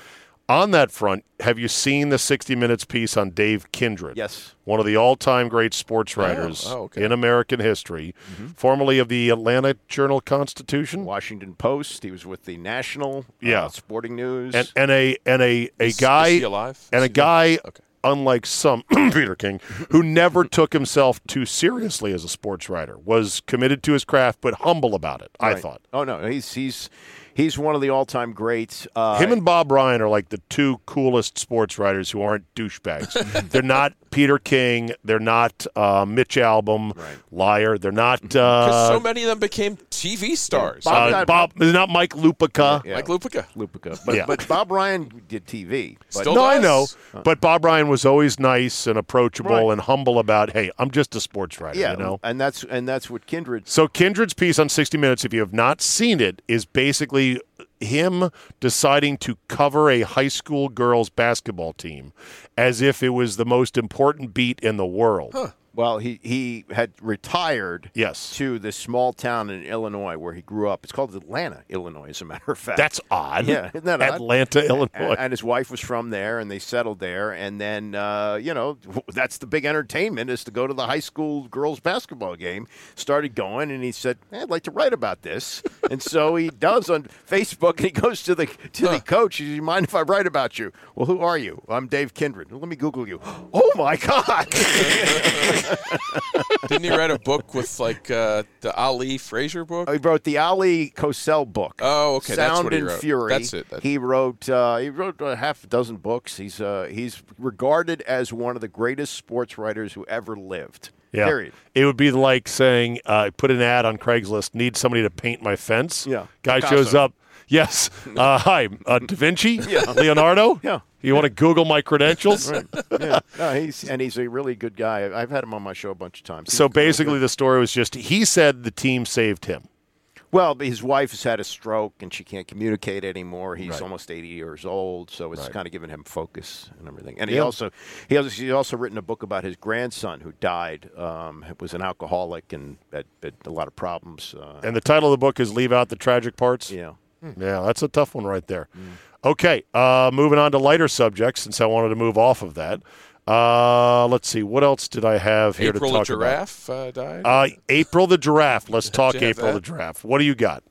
[SPEAKER 1] on that front, have you seen the 60 Minutes piece on Dave Kindred?
[SPEAKER 7] Yes.
[SPEAKER 1] One of the all time great sports writers
[SPEAKER 5] oh, okay.
[SPEAKER 1] in American history,
[SPEAKER 7] Mm-hmm.
[SPEAKER 1] formerly of the Atlanta Journal Constitution.
[SPEAKER 7] Washington Post. He was with the National.
[SPEAKER 1] Yeah.
[SPEAKER 7] uh, Sporting News.
[SPEAKER 1] and and a and a a
[SPEAKER 5] Is-
[SPEAKER 1] guy
[SPEAKER 5] is he alive?
[SPEAKER 1] and
[SPEAKER 5] Is he-
[SPEAKER 1] a guy unlike some Peter King who never
[SPEAKER 5] Mm-hmm.
[SPEAKER 1] took himself too seriously as a sports writer was committed to his craft but humble about it I
[SPEAKER 7] Right.
[SPEAKER 1] thought
[SPEAKER 7] Oh no, he's he's he's one of the all-time greats. Uh,
[SPEAKER 1] him and Bob Ryan are like the two coolest sports writers who aren't douchebags they're not Peter King they're not uh, Mitch Album liar they're not
[SPEAKER 5] Because
[SPEAKER 1] uh,
[SPEAKER 5] Mm-hmm. so many of them became TV stars.
[SPEAKER 1] uh,
[SPEAKER 7] Bob-
[SPEAKER 1] Bob they're not Mike Lupica
[SPEAKER 7] Yeah.
[SPEAKER 5] Like Lupica.
[SPEAKER 7] Lupica, but,
[SPEAKER 1] Yeah.
[SPEAKER 7] but Bob Ryan did TV. But
[SPEAKER 5] Still
[SPEAKER 1] no, I
[SPEAKER 5] does.
[SPEAKER 1] know, but Bob Ryan was always nice and approachable
[SPEAKER 7] Uh. Right.
[SPEAKER 1] and humble about, hey, I'm just a sports writer,
[SPEAKER 7] yeah,
[SPEAKER 1] you know.
[SPEAKER 7] and that's and that's what Kindred.
[SPEAKER 1] So Kindred's piece on 60 Minutes, if you have not seen it, is basically him deciding to cover a high school girls basketball team as if it was the most important beat in the world.
[SPEAKER 7] Well, he he had retired.
[SPEAKER 1] Yes.
[SPEAKER 7] To this small town in Illinois where he grew up. It's called Atlanta, Illinois, as a matter of fact.
[SPEAKER 1] That's odd.
[SPEAKER 7] Yeah, isn't that odd?
[SPEAKER 1] Atlanta, Illinois.
[SPEAKER 7] and, and his wife was from there, and they settled there. And then, uh, you know, that's the big entertainment is to go to the high school girls basketball game. Started going, and he said, "Eh, "I'd like to write about this," and so he does on Facebook. And he goes to the to the coach. Do you mind if I write about you? Well, who are you? I'm Dave Kindred. Well, let me Google you. Oh my God!
[SPEAKER 5] Didn't he write a book with like uh, the Ali Frazier book?
[SPEAKER 7] he wrote the Ali Cosell book.
[SPEAKER 5] Oh, okay,
[SPEAKER 7] Oh, Sound
[SPEAKER 5] that's what he
[SPEAKER 7] and
[SPEAKER 5] wrote.
[SPEAKER 7] Fury.
[SPEAKER 5] That's it, that's-
[SPEAKER 7] he wrote uh, he wrote a half a dozen books. He's uh, he's regarded as one of the greatest sports writers who ever lived.
[SPEAKER 1] Yeah.
[SPEAKER 7] Period.
[SPEAKER 1] It would be like saying, uh, put an ad on Craigslist, need somebody to paint my fence.
[SPEAKER 7] Yeah.
[SPEAKER 1] Guy
[SPEAKER 7] Picasso.
[SPEAKER 1] shows up. Yes. Uh, hi, uh, Da Vinci?
[SPEAKER 7] Yeah.
[SPEAKER 1] Leonardo?
[SPEAKER 7] Yeah.
[SPEAKER 1] You want to Google my credentials?
[SPEAKER 7] Yeah. No, he's and he's a really good guy. I've had him on my show a bunch of times.
[SPEAKER 1] So
[SPEAKER 7] He's really
[SPEAKER 1] basically, the story was just he said the team saved him.
[SPEAKER 7] good. well, but his wife has had a stroke and she can't communicate anymore. He's
[SPEAKER 1] Right.
[SPEAKER 7] almost eighty years old, so it's
[SPEAKER 1] Right.
[SPEAKER 7] kind of given him focus and everything. And he
[SPEAKER 1] Yeah.
[SPEAKER 7] also he also he's also written a book about his grandson who died. Um, was an alcoholic and had, had a lot of problems. Uh,
[SPEAKER 1] And the title of the book is Leave Out the Tragic Parts.
[SPEAKER 7] yeah.
[SPEAKER 5] Hmm.
[SPEAKER 1] Yeah, that's a tough one right there. Okay, uh, moving on to lighter subjects since I wanted to move off of that. Uh, let's see, what else did I have here
[SPEAKER 5] April
[SPEAKER 1] to
[SPEAKER 5] the
[SPEAKER 1] talk
[SPEAKER 5] giraffe uh, died.
[SPEAKER 1] about? Uh, April the Giraffe. Let's talk
[SPEAKER 5] you have
[SPEAKER 1] April the
[SPEAKER 5] that?
[SPEAKER 1] Giraffe. What do you got?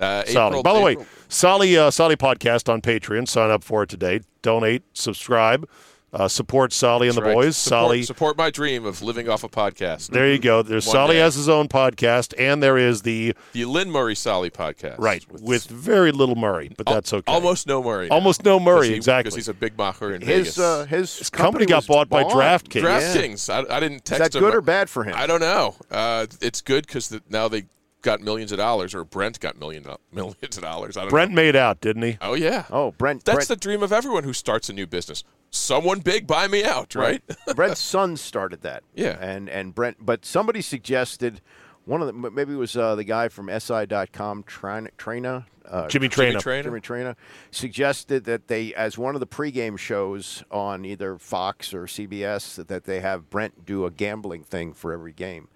[SPEAKER 5] Uh,
[SPEAKER 1] Solly.
[SPEAKER 5] April-
[SPEAKER 1] By the
[SPEAKER 5] April-
[SPEAKER 1] way, Solly, uh, Solly podcast on Patreon. Sign up for it today. Donate, subscribe, uh, support Solly and
[SPEAKER 5] That's
[SPEAKER 1] the
[SPEAKER 5] right.
[SPEAKER 1] boys.
[SPEAKER 5] Support-
[SPEAKER 1] Solly.
[SPEAKER 5] support my dream of living off a podcast. Mm-hmm.
[SPEAKER 1] There you go. There's
[SPEAKER 5] One
[SPEAKER 1] Solly
[SPEAKER 5] day.
[SPEAKER 1] has his own podcast, and there is the
[SPEAKER 5] the Lynn Murray Solly podcast.
[SPEAKER 1] right with, very little Murray, but
[SPEAKER 5] Al-
[SPEAKER 1] that's okay.
[SPEAKER 5] Almost no Murray.
[SPEAKER 1] Almost no Murray, exactly.
[SPEAKER 5] Because he's a big mocker in
[SPEAKER 1] His,
[SPEAKER 5] Vegas.
[SPEAKER 1] uh, his His company company got was bought by bought. DraftKings.
[SPEAKER 5] DraftKings. I, I didn't text
[SPEAKER 7] that
[SPEAKER 5] him.
[SPEAKER 7] good or bad for him?
[SPEAKER 5] I don't know. Uh, it's good because now they got millions of dollars, or Brent got million do- millions of dollars. I don't
[SPEAKER 1] Brent
[SPEAKER 5] know.
[SPEAKER 1] made out, didn't he?
[SPEAKER 5] Oh yeah.
[SPEAKER 7] Oh, Brent.
[SPEAKER 5] That's the dream of everyone who starts a new business. Someone big buy me out, right?
[SPEAKER 7] Brent's son started that.
[SPEAKER 5] Yeah.
[SPEAKER 7] And and Brent, but somebody suggested one of the m- maybe it was uh, the guy from SI.com, Tran- Trina. Uh,
[SPEAKER 1] Jimmy Trina.
[SPEAKER 5] Trina.
[SPEAKER 7] Jimmy Trina suggested that they, as one of the pregame shows on either Fox or CBS, that they have Brent do a gambling thing for every game,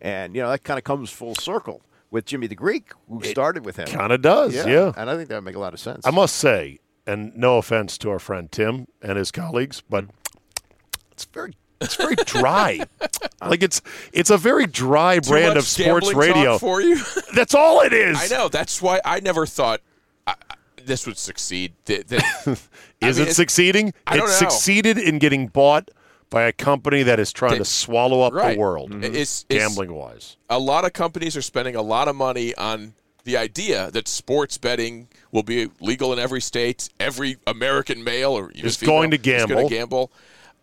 [SPEAKER 7] and you know that kind of comes full circle with Jimmy the Greek, who started with him.
[SPEAKER 1] kinda does, yeah.
[SPEAKER 7] And I think that would make a lot of sense.
[SPEAKER 1] I must say, and no offense to our friend Tim and his colleagues, but
[SPEAKER 5] Mm.
[SPEAKER 1] it's very it's very dry. like it's it's a very dry
[SPEAKER 5] Too
[SPEAKER 1] brand
[SPEAKER 5] much
[SPEAKER 1] of sports
[SPEAKER 5] gambling talk
[SPEAKER 1] radio.
[SPEAKER 5] for you.
[SPEAKER 1] That's all it is.
[SPEAKER 5] I know. That's why I never thought I, I, this would succeed. Th- th- I
[SPEAKER 1] Is
[SPEAKER 5] mean,
[SPEAKER 1] it
[SPEAKER 5] it's-
[SPEAKER 1] succeeding?
[SPEAKER 5] I don't
[SPEAKER 1] it
[SPEAKER 5] know.
[SPEAKER 1] succeeded in getting bought by a company that is trying to swallow up
[SPEAKER 5] right. Mm-hmm.
[SPEAKER 1] the world,
[SPEAKER 5] It's- it's-
[SPEAKER 1] gambling wise.
[SPEAKER 5] a lot of companies are spending a lot of money on the idea that sports betting will be legal in every state. Every American male or even
[SPEAKER 1] Is
[SPEAKER 5] female
[SPEAKER 1] going to
[SPEAKER 5] Is going
[SPEAKER 1] gamble.
[SPEAKER 5] to gamble.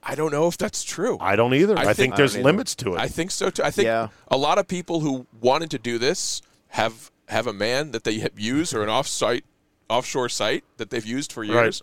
[SPEAKER 5] I don't know if that's true.
[SPEAKER 1] I don't either. I, think, there's
[SPEAKER 5] I don't either.
[SPEAKER 1] limits to it.
[SPEAKER 5] I think so too. I think
[SPEAKER 7] Yeah.
[SPEAKER 5] a lot of people who wanted to do this have have a man that they have used or an off-site, offshore site that they've used for
[SPEAKER 1] Right.
[SPEAKER 5] years.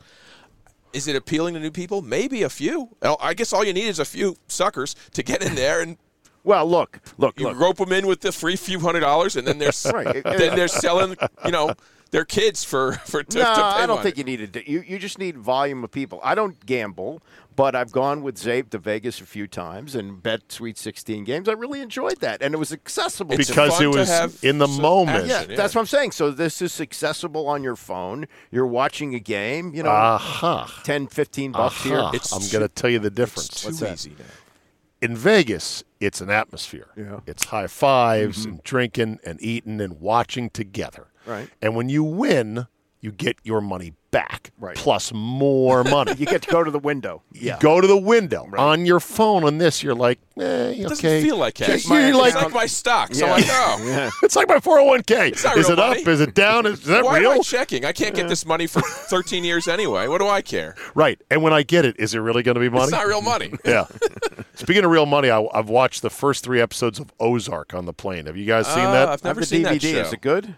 [SPEAKER 5] Is it appealing to new people? Maybe a few. Well, I guess all you need is a few suckers to get in there and
[SPEAKER 7] Well, look, look,
[SPEAKER 5] you
[SPEAKER 7] look.
[SPEAKER 5] rope them in with the free few hundred dollars, and then they're s-
[SPEAKER 7] Right.
[SPEAKER 5] then they're selling, you know, their kids for for to,
[SPEAKER 7] no,
[SPEAKER 5] to pay
[SPEAKER 7] I don't
[SPEAKER 5] money.
[SPEAKER 7] think you need to. do- You you just need volume of people. I don't gamble, but I've gone with Zabe to Vegas a few times and bet Sweet 16 games. I really enjoyed that, and it was accessible
[SPEAKER 5] It's
[SPEAKER 7] to me.
[SPEAKER 1] because
[SPEAKER 5] fun
[SPEAKER 1] it
[SPEAKER 5] to
[SPEAKER 1] was
[SPEAKER 5] have
[SPEAKER 1] in the moment.
[SPEAKER 7] Yeah, that's what I'm saying. So this is accessible on your phone. You're watching a game. You know,
[SPEAKER 1] Aha.
[SPEAKER 7] 10, 15 bucks
[SPEAKER 1] Aha.
[SPEAKER 7] here.
[SPEAKER 5] It's
[SPEAKER 1] I'm
[SPEAKER 5] too-
[SPEAKER 1] going to tell you the difference.
[SPEAKER 5] It's too easy now.
[SPEAKER 1] in Vegas, it's an atmosphere. Yeah. It's high 5s
[SPEAKER 5] Mm-hmm.
[SPEAKER 1] and drinking and eating and watching together.
[SPEAKER 7] Right.
[SPEAKER 1] And when you win, you get your money back right. plus more money.
[SPEAKER 7] You get to go to the window.
[SPEAKER 1] You go to the window on your phone on this. You're like, eh,
[SPEAKER 5] It doesn't
[SPEAKER 1] okay.
[SPEAKER 5] feel like cash.
[SPEAKER 1] It's my
[SPEAKER 5] it's
[SPEAKER 1] account.
[SPEAKER 5] like my stocks. I'm like, oh,
[SPEAKER 1] It's like my 401k.
[SPEAKER 5] not
[SPEAKER 1] Is
[SPEAKER 5] real
[SPEAKER 1] it up?
[SPEAKER 5] money.
[SPEAKER 1] Is it down? Is, is that
[SPEAKER 5] why
[SPEAKER 1] real?
[SPEAKER 5] am I checking? I can't get this money for 13 years anyway. What do I care?
[SPEAKER 1] Right. And when I get it, is it really going to be money?
[SPEAKER 5] It's not real money.
[SPEAKER 1] yeah. Speaking of real money, I, I've watched the first three episodes of Ozark on the plane. Have you guys seen
[SPEAKER 5] Ah,
[SPEAKER 1] that?
[SPEAKER 5] I've never
[SPEAKER 7] the
[SPEAKER 5] seen
[SPEAKER 7] DVD.
[SPEAKER 5] that show.
[SPEAKER 7] Is it good?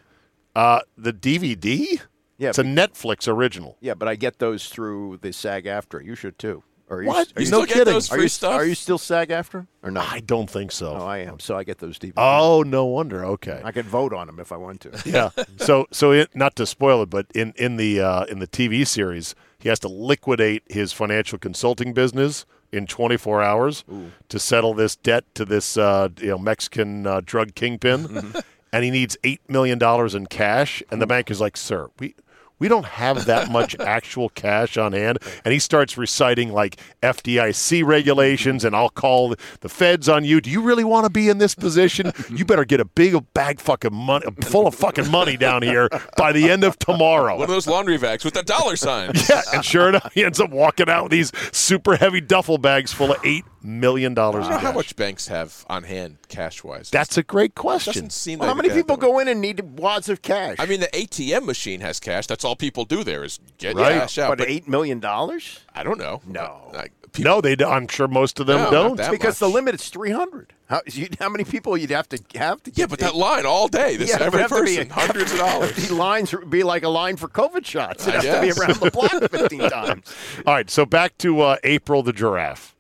[SPEAKER 1] Uh, the DVD?
[SPEAKER 7] Yeah,
[SPEAKER 1] It's a Netflix original.
[SPEAKER 7] Yeah, but I get those through the SAG after. You should too. Are you,
[SPEAKER 1] What?
[SPEAKER 5] You
[SPEAKER 7] Are you,
[SPEAKER 5] still get
[SPEAKER 1] kidding.
[SPEAKER 5] those
[SPEAKER 7] are
[SPEAKER 5] free
[SPEAKER 7] you-
[SPEAKER 5] stuff?
[SPEAKER 7] are you still SAG after or not?
[SPEAKER 1] I don't think so.
[SPEAKER 7] No, I am. So I get those DVDs.
[SPEAKER 1] Oh, no wonder. Okay.
[SPEAKER 7] I could vote on them if I want to.
[SPEAKER 1] Yeah. so so it, not to spoil it, but in in the uh, in the TV series, he has to liquidate his financial consulting business in 24 hours to settle this debt to this uh, you know Mexican uh, drug kingpin, and he needs eight million dollars in cash, and the bank is like, "Sir, we." We don't have that much actual cash on hand. And he starts reciting like FDIC regulations and I'll call the feds on you. Do you really want to be in this position? You better get a big bag fucking money full of fucking money down here by the end of tomorrow.
[SPEAKER 5] One of those laundry bags with the dollar sign.
[SPEAKER 1] Yeah, and sure enough, he ends up walking out with these super heavy duffel bags full of eight million
[SPEAKER 5] I
[SPEAKER 1] dollars.
[SPEAKER 5] don't know how much banks have on hand cash wise.
[SPEAKER 1] That's a great
[SPEAKER 5] doesn't
[SPEAKER 1] question.
[SPEAKER 5] seem
[SPEAKER 7] Well, how
[SPEAKER 5] like
[SPEAKER 7] many
[SPEAKER 5] that
[SPEAKER 7] people
[SPEAKER 5] though.
[SPEAKER 7] go in and need wads of cash?
[SPEAKER 5] I mean, the ATM machine has cash. That's all people do there is get
[SPEAKER 1] Right.
[SPEAKER 5] cash out.
[SPEAKER 7] but eight million dollars?
[SPEAKER 5] I don't know.
[SPEAKER 7] No.
[SPEAKER 5] Like, people,
[SPEAKER 1] No, they. do- I'm sure most of them
[SPEAKER 5] No, not
[SPEAKER 1] don't.
[SPEAKER 5] that
[SPEAKER 7] Because the
[SPEAKER 5] much.
[SPEAKER 7] limit is three hundred. How, you- how many people you'd have to have to?
[SPEAKER 5] Yeah,
[SPEAKER 7] get-
[SPEAKER 5] but that line all day. This
[SPEAKER 7] Yeah,
[SPEAKER 5] every
[SPEAKER 7] it'd have to be
[SPEAKER 5] person,
[SPEAKER 7] a-
[SPEAKER 5] hundreds of dollars.
[SPEAKER 7] The lines would be like a line for COVID shots. It
[SPEAKER 5] I
[SPEAKER 7] has to be
[SPEAKER 5] guess.
[SPEAKER 7] around the block fifteen times.
[SPEAKER 1] All right, so back to uh, April the giraffe.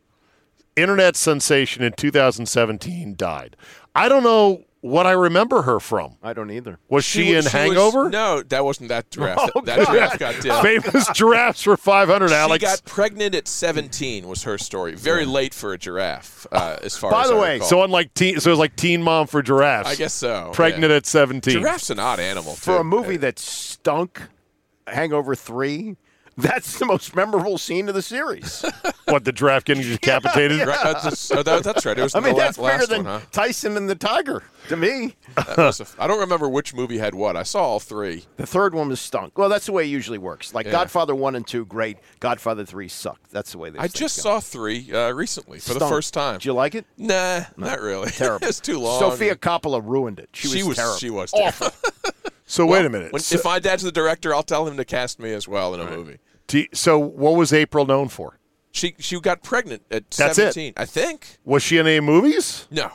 [SPEAKER 1] Internet sensation in 2017 died. I don't know what I remember her from.
[SPEAKER 7] I don't either.
[SPEAKER 1] Was she, in
[SPEAKER 5] was-
[SPEAKER 1] Hangover?
[SPEAKER 5] no, that wasn't that draft.
[SPEAKER 7] Oh,
[SPEAKER 5] that
[SPEAKER 7] God.
[SPEAKER 5] draft got dipped.
[SPEAKER 1] Famous giraffes for 500,
[SPEAKER 5] She
[SPEAKER 1] Alex.
[SPEAKER 5] got pregnant at 17 was her story. Very late for a giraffe, uh, as far
[SPEAKER 7] By
[SPEAKER 5] as
[SPEAKER 7] the
[SPEAKER 5] I
[SPEAKER 7] way,
[SPEAKER 5] recall.
[SPEAKER 1] so unlike teen, so it was like Teen Mom for giraffes.
[SPEAKER 5] I guess so.
[SPEAKER 1] Pregnant
[SPEAKER 5] yeah.
[SPEAKER 1] at 17. uh,
[SPEAKER 5] Giraffe's an odd animal
[SPEAKER 7] For
[SPEAKER 5] too.
[SPEAKER 7] a movie that stunk, Hangover Three. That's the most memorable scene of the series.
[SPEAKER 1] What the draft getting decapitated?
[SPEAKER 7] Yeah.
[SPEAKER 5] Right, that's- oh, that- that's right. It was
[SPEAKER 7] I mean,
[SPEAKER 5] the la-
[SPEAKER 7] that's bigger
[SPEAKER 5] last
[SPEAKER 7] than
[SPEAKER 5] one, huh?
[SPEAKER 7] Tyson and the Tiger to me.
[SPEAKER 5] That was a- I don't remember which movie had what. I saw all three.
[SPEAKER 7] The third one was stunk. Well, that's the way it usually works. Like
[SPEAKER 5] Yeah.
[SPEAKER 7] Godfather one and two, great. Godfather three sucked. That's the way they.
[SPEAKER 5] I just saw three uh, recently for the
[SPEAKER 7] Stunk.
[SPEAKER 5] first time.
[SPEAKER 7] Did you like it?
[SPEAKER 5] Nah, not really.
[SPEAKER 7] Terrible.
[SPEAKER 5] it's too long.
[SPEAKER 7] Sophia Coppola ruined it. She,
[SPEAKER 5] She
[SPEAKER 7] was,
[SPEAKER 5] was-
[SPEAKER 7] terrible. Oh,
[SPEAKER 5] she was
[SPEAKER 7] awful.
[SPEAKER 1] So wait a minute.
[SPEAKER 5] When,
[SPEAKER 1] so,
[SPEAKER 5] if my dad's the director, I'll tell him to cast me as well in a movie.
[SPEAKER 1] do you- so what was April known for?
[SPEAKER 5] She she got pregnant at
[SPEAKER 1] That's it.
[SPEAKER 5] 17, I think.
[SPEAKER 1] Was she in any movies?
[SPEAKER 5] No,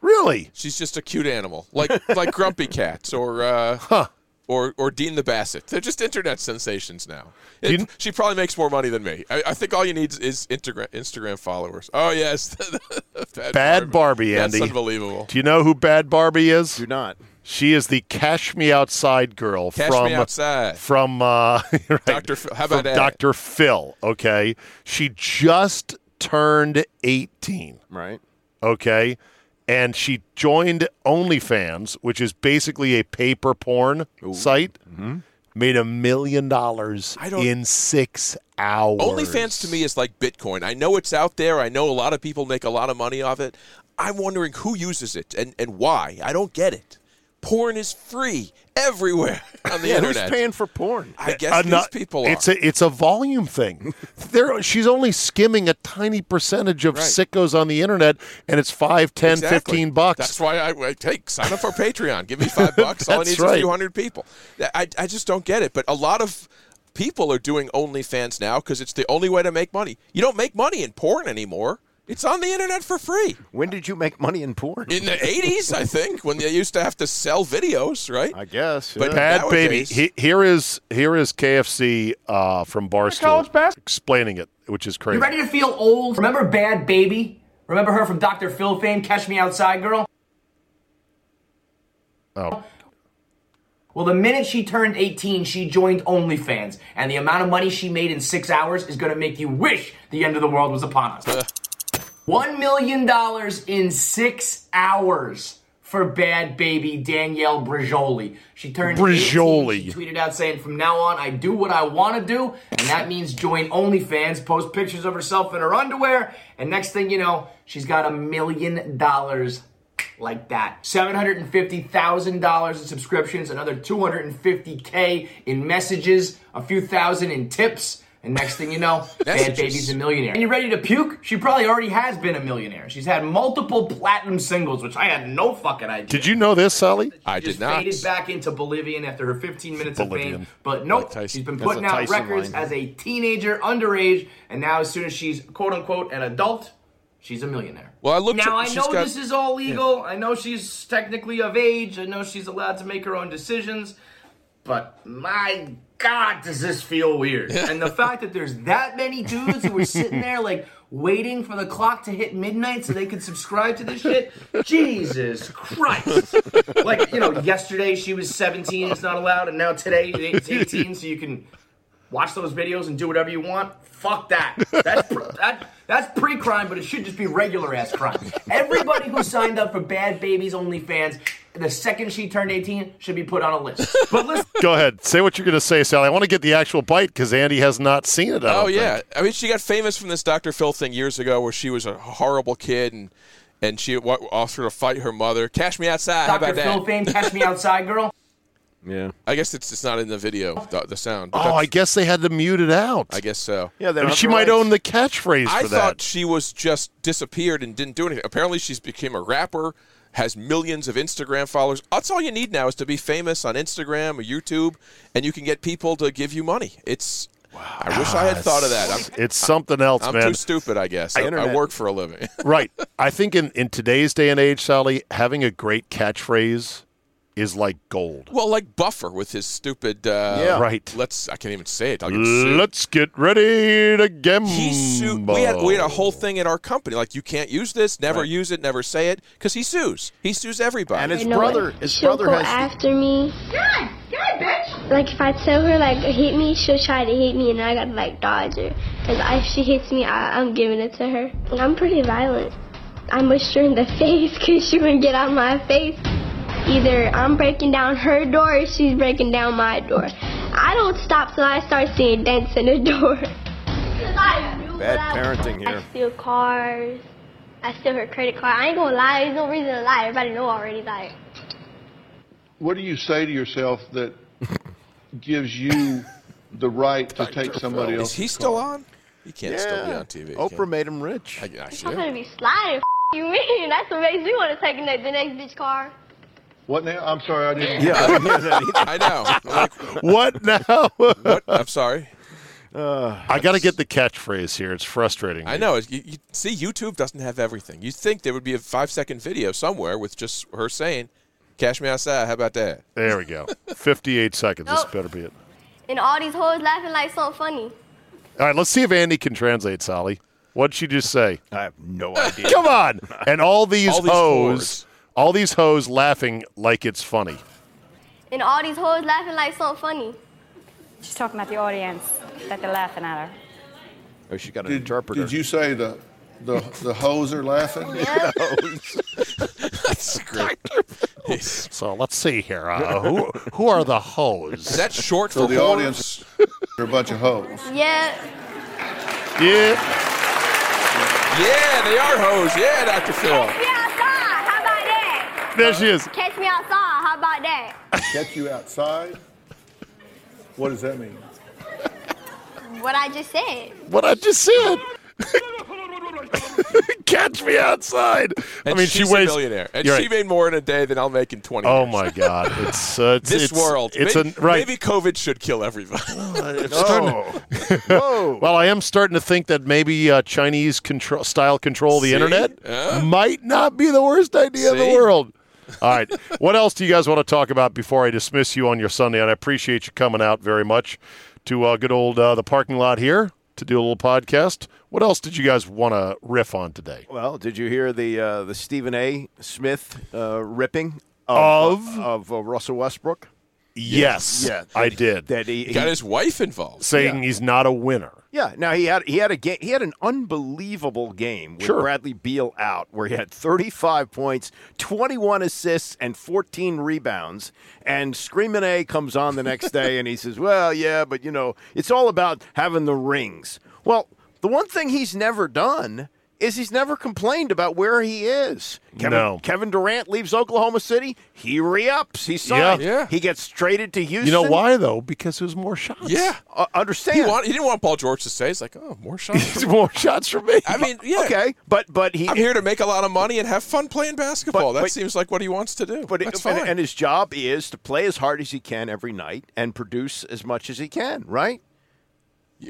[SPEAKER 1] Really?
[SPEAKER 5] she's just a cute animal, like like Grumpy Cats or uh, or or Dean the Bassett. They're just internet sensations now. It-
[SPEAKER 1] Dean-
[SPEAKER 5] she probably makes more money than me. I, I think all you need is Instagram Instagram followers. Oh yes, bad,
[SPEAKER 1] Bad Barbie,
[SPEAKER 5] Uh, That's
[SPEAKER 1] Andy.
[SPEAKER 5] unbelievable.
[SPEAKER 1] Do you know who Bad Barbie is? Do
[SPEAKER 7] not.
[SPEAKER 1] She is the Cash Me Outside girl
[SPEAKER 5] Cash
[SPEAKER 1] from
[SPEAKER 5] me outside.
[SPEAKER 1] from uh, right,
[SPEAKER 5] Dr. Phil. How
[SPEAKER 1] from
[SPEAKER 5] about that?
[SPEAKER 1] Dr. Phil. Okay, she just turned eighteen.
[SPEAKER 7] Right.
[SPEAKER 1] Okay, and she joined OnlyFans, which is basically a paper porn site.
[SPEAKER 7] Mm-hmm.
[SPEAKER 1] Made a million dollars
[SPEAKER 5] I don't-
[SPEAKER 1] in six hours.
[SPEAKER 5] OnlyFans to me is like Bitcoin. I know it's out there. I know a lot of people make a lot of money off it. I'm wondering who uses it and, and why. I don't get it. Porn is free everywhere on the
[SPEAKER 7] yeah, who's
[SPEAKER 5] internet.
[SPEAKER 7] paying for porn?
[SPEAKER 5] I guess
[SPEAKER 1] Uh,
[SPEAKER 5] these
[SPEAKER 1] not-
[SPEAKER 5] people are.
[SPEAKER 1] It's a it's a volume thing. there, she's only skimming a tiny percentage of
[SPEAKER 5] Right.
[SPEAKER 1] sickos on the internet, and it's five, ten, fifteen
[SPEAKER 5] Exactly.
[SPEAKER 1] bucks.
[SPEAKER 5] That's why I, I take sign up for Patreon. Give me five bucks. All I
[SPEAKER 1] That's
[SPEAKER 5] need is
[SPEAKER 1] right.
[SPEAKER 5] a few hundred people. I, I just don't get it. But a lot of people are doing OnlyFans now because it's the only way to make money. You don't make money in porn anymore. It's on the internet for free.
[SPEAKER 7] When did you make money in porn?
[SPEAKER 5] in the 80s, I think, when they used to have to sell videos, right?
[SPEAKER 7] I guess.
[SPEAKER 5] But
[SPEAKER 7] yeah.
[SPEAKER 1] Bad
[SPEAKER 5] nowadays-
[SPEAKER 1] baby. He, here is here is KFC uh, from Barstool
[SPEAKER 14] college bas-
[SPEAKER 1] explaining it, which is crazy.
[SPEAKER 14] You ready to feel old? Remember Bad Baby? Remember her from Dr. Phil fame, Catch Me Outside Girl?
[SPEAKER 1] Oh.
[SPEAKER 14] Well, the minute she turned 18, she joined OnlyFans, and the amount of money she made in six hours is gonna make you wish the end of the world was upon us. One million dollars in six hours for bad baby Danielle Brijoli. She turned 18,
[SPEAKER 1] Brijoli.
[SPEAKER 14] She tweeted out saying, "From now on, I do what I want to do, and that means join OnlyFans, post pictures of herself in her underwear, and next thing you know, she's got a million dollars." Like that. $750,000 in subscriptions, another 250K in messages, a few thousand in tips, and next thing you know, Bad
[SPEAKER 5] Messages.
[SPEAKER 14] Baby's a millionaire. And you ready to puke? She probably already has been a millionaire. She's had multiple platinum singles, which I had no fucking idea.
[SPEAKER 1] Did you know this, Sally?
[SPEAKER 5] I
[SPEAKER 14] Just
[SPEAKER 5] did not.
[SPEAKER 14] faded back into Bolivian after her 15 minutes of
[SPEAKER 1] Bolivian.
[SPEAKER 14] fame, but nope.
[SPEAKER 5] Tyson.
[SPEAKER 14] She's been
[SPEAKER 5] That's
[SPEAKER 14] putting
[SPEAKER 5] a
[SPEAKER 14] out
[SPEAKER 5] Tyson
[SPEAKER 14] records
[SPEAKER 5] line.
[SPEAKER 14] as a teenager, underage, and now as soon as she's quote unquote an adult, she's a millionaire.
[SPEAKER 5] Well, I looked
[SPEAKER 14] now
[SPEAKER 5] at-
[SPEAKER 14] I
[SPEAKER 5] she's
[SPEAKER 14] know
[SPEAKER 5] got-
[SPEAKER 14] this is all legal. I know she's technically of age. I know she's allowed to make her own decisions, but my God, does this feel weird? and the fact that there's that many dudes who were sitting there like waiting for the clock to hit midnight so they could subscribe to this shit, Jesus Christ! like you know, yesterday she was 17, it's not allowed, and now today it's 18, so you can watch those videos and do whatever you want. Fuck that. That's pr- that, that's pre-crime, but it should just be regular ass crime. Everybody who signed up for Bad Babies OnlyFans, the second she turned 18, should be put on a list. But listen,
[SPEAKER 1] Go ahead, say what you're going to say, Sally. I want to get the actual bite because Andy has not seen it. I
[SPEAKER 5] Oh
[SPEAKER 1] don't
[SPEAKER 5] yeah,
[SPEAKER 1] think.
[SPEAKER 5] I mean, she got famous from this Dr. Phil thing years ago, where she was a horrible kid and and she wa- offered to fight her mother. Cash me outside. How
[SPEAKER 14] Dr.
[SPEAKER 5] about
[SPEAKER 14] Phil
[SPEAKER 5] that?
[SPEAKER 14] fame, catch me outside, girl.
[SPEAKER 7] yeah.
[SPEAKER 5] I guess it's it's not in the video, the, the sound. but
[SPEAKER 1] Oh, I
[SPEAKER 5] that's-
[SPEAKER 1] guess they had to mute it out.
[SPEAKER 5] I guess so.
[SPEAKER 7] Yeah, they
[SPEAKER 1] I mean,
[SPEAKER 7] don't
[SPEAKER 1] she
[SPEAKER 7] have
[SPEAKER 1] might
[SPEAKER 7] the
[SPEAKER 1] own
[SPEAKER 7] rights.
[SPEAKER 1] the catchphrase
[SPEAKER 5] I
[SPEAKER 1] for
[SPEAKER 5] thought
[SPEAKER 1] that.
[SPEAKER 5] she was just disappeared and didn't do anything. Apparently, she's became a rapper, has millions of Instagram followers. That's all you need now is to be famous on Instagram or YouTube, and you can get people to give you money. It's. I wish I had thought of that. I'm,
[SPEAKER 1] It's something else,
[SPEAKER 5] I'm
[SPEAKER 1] man.
[SPEAKER 5] too stupid, I guess. I, I
[SPEAKER 7] Internet.
[SPEAKER 5] work for a living.
[SPEAKER 1] right. I think in, in today's day and age, Sally, having a great catchphrase is like gold.
[SPEAKER 5] well, like Buffer with his stupid. Uh,
[SPEAKER 7] Yeah.
[SPEAKER 1] Right.
[SPEAKER 5] Let's. I can't even say it. I'll get sued.
[SPEAKER 1] Let's get ready to gamble.
[SPEAKER 5] He sued. We had we had a whole thing at our company. Like you can't use this, never
[SPEAKER 7] Right.
[SPEAKER 5] use it, never say it, because he sues. He sues everybody.
[SPEAKER 7] And his
[SPEAKER 15] know
[SPEAKER 7] brother,
[SPEAKER 15] it.
[SPEAKER 7] his
[SPEAKER 15] she'll
[SPEAKER 7] brother
[SPEAKER 15] go
[SPEAKER 7] has.
[SPEAKER 15] after me. God, God, bitch! Like if I tell her like hit me, she'll try to hit me, and I gotta like dodge her. Cause I, if she hits me, I, I'm giving it to her. I'm pretty violent. I mushed her in the face cause she wouldn't get out of my face. Either I'm breaking down her door or she's breaking down my door. I don't stop till I start seeing dents in the door.
[SPEAKER 7] Bad parenting here.
[SPEAKER 15] I steal cars. I steal her credit card. I ain't gonna lie. There's no reason to lie. Everybody know already. Like,
[SPEAKER 16] What do you say to yourself that gives you the right to take somebody
[SPEAKER 5] Phil.
[SPEAKER 16] else?
[SPEAKER 5] Is he still on? He can't still be
[SPEAKER 7] Yeah.
[SPEAKER 5] on TV.
[SPEAKER 7] Oprah made him rich.
[SPEAKER 5] I, I should.
[SPEAKER 15] I'm gonna be sliding. F- you mean? That's what makes me want to take the the next bitch car.
[SPEAKER 16] What now? I'm sorry, I didn't.
[SPEAKER 5] Yeah, I didn't hear that either. I know.
[SPEAKER 1] what Uh, now?
[SPEAKER 5] I'm sorry.
[SPEAKER 1] I got to get the catchphrase here. It's frustrating.
[SPEAKER 5] I know. You, you, see, YouTube doesn't have everything. You'd think there would be a five second video somewhere with just her saying, Cash me outside. How about that?
[SPEAKER 1] There we go. 58 seconds. This better be it.
[SPEAKER 15] And all these hoes laughing like so funny.
[SPEAKER 1] All right, let's see if Andy can translate, Sally. What'd she just say?
[SPEAKER 7] I have no idea.
[SPEAKER 1] Come on. And all these,
[SPEAKER 7] All these
[SPEAKER 1] hoes, all these hoes laughing like it's funny.
[SPEAKER 15] And all these hoes laughing like so funny.
[SPEAKER 17] She's talking about the audience that they're laughing at her.
[SPEAKER 7] Oh, she got an
[SPEAKER 16] Did,
[SPEAKER 7] interpreter.
[SPEAKER 16] did you say the the the hoes are laughing?
[SPEAKER 5] That's great.
[SPEAKER 1] so let's see here. Uh, who who are the hoes?
[SPEAKER 5] Is that short
[SPEAKER 16] So the audience are a bunch of hoes.
[SPEAKER 15] Yeah.
[SPEAKER 1] Yeah.
[SPEAKER 5] Yeah, they are hoes. Yeah, Dr. Phil.
[SPEAKER 1] There she is.
[SPEAKER 15] Catch me outside. How about that?
[SPEAKER 16] Catch you outside. What does that mean?
[SPEAKER 15] What I just said.
[SPEAKER 1] What I just said. Catch me outside.
[SPEAKER 5] And
[SPEAKER 1] I mean,
[SPEAKER 5] she's
[SPEAKER 1] she weighs.
[SPEAKER 5] a millionaire, and
[SPEAKER 1] You're
[SPEAKER 5] she
[SPEAKER 1] right.
[SPEAKER 5] made more in a day than I'll make in 20.
[SPEAKER 1] Oh
[SPEAKER 5] years.
[SPEAKER 1] my God! It's uh, it's,
[SPEAKER 5] this
[SPEAKER 1] it's-
[SPEAKER 5] world.
[SPEAKER 1] It's
[SPEAKER 5] maybe,
[SPEAKER 1] a, right. Uh,
[SPEAKER 5] maybe COVID should kill everybody.
[SPEAKER 1] well, I am starting to think that maybe uh, Chinese control, style control of the
[SPEAKER 5] See?
[SPEAKER 1] internet
[SPEAKER 5] Huh?
[SPEAKER 1] might not be the worst idea in the
[SPEAKER 5] See?
[SPEAKER 1] world. All right. what else do you guys want to talk about before I dismiss you on your Sunday? And I appreciate you coming out very much to uh, good old uh, the parking lot here to do a little podcast. What else did you guys want to riff on today?
[SPEAKER 7] Well, did you hear the uh, the Stephen A. Smith uh, ripping
[SPEAKER 1] Of?
[SPEAKER 7] of uh, Russell Westbrook?
[SPEAKER 1] Yes,
[SPEAKER 7] Yeah.
[SPEAKER 1] I did.
[SPEAKER 7] That he, he-
[SPEAKER 5] wife involved,
[SPEAKER 1] saying he's not a winner.
[SPEAKER 7] Yeah. Now he had he had a game, he had an unbelievable game with
[SPEAKER 1] Sure.
[SPEAKER 7] Bradley Beal out, where he had 35 points, 21 assists, and 14 rebounds. And Screamin' A comes on the next day and he says, "Well, yeah, but you know, it's all about having the rings." Well, the one thing he's never done is he's never complained about where he is. Kevin,
[SPEAKER 1] No.
[SPEAKER 7] Kevin Durant leaves Oklahoma City. He re-ups. He signed.
[SPEAKER 1] Yeah. Yeah.
[SPEAKER 7] He gets traded to Houston.
[SPEAKER 1] You know why though? Because there's more shots.
[SPEAKER 5] Yeah.
[SPEAKER 7] Uh, understand.
[SPEAKER 5] He, want, he didn't want Paul George to say, he's like, oh, more shots.
[SPEAKER 1] There's more shots for me.
[SPEAKER 5] I mean, yeah.
[SPEAKER 7] Okay, but but he.
[SPEAKER 5] I'm here to make a lot of money and have fun playing basketball. that
[SPEAKER 7] but-
[SPEAKER 5] seems like what he wants to do.
[SPEAKER 7] But it-
[SPEAKER 5] That's fine.
[SPEAKER 7] and, and his job is to play as hard as he can every night and produce as much as he can, right?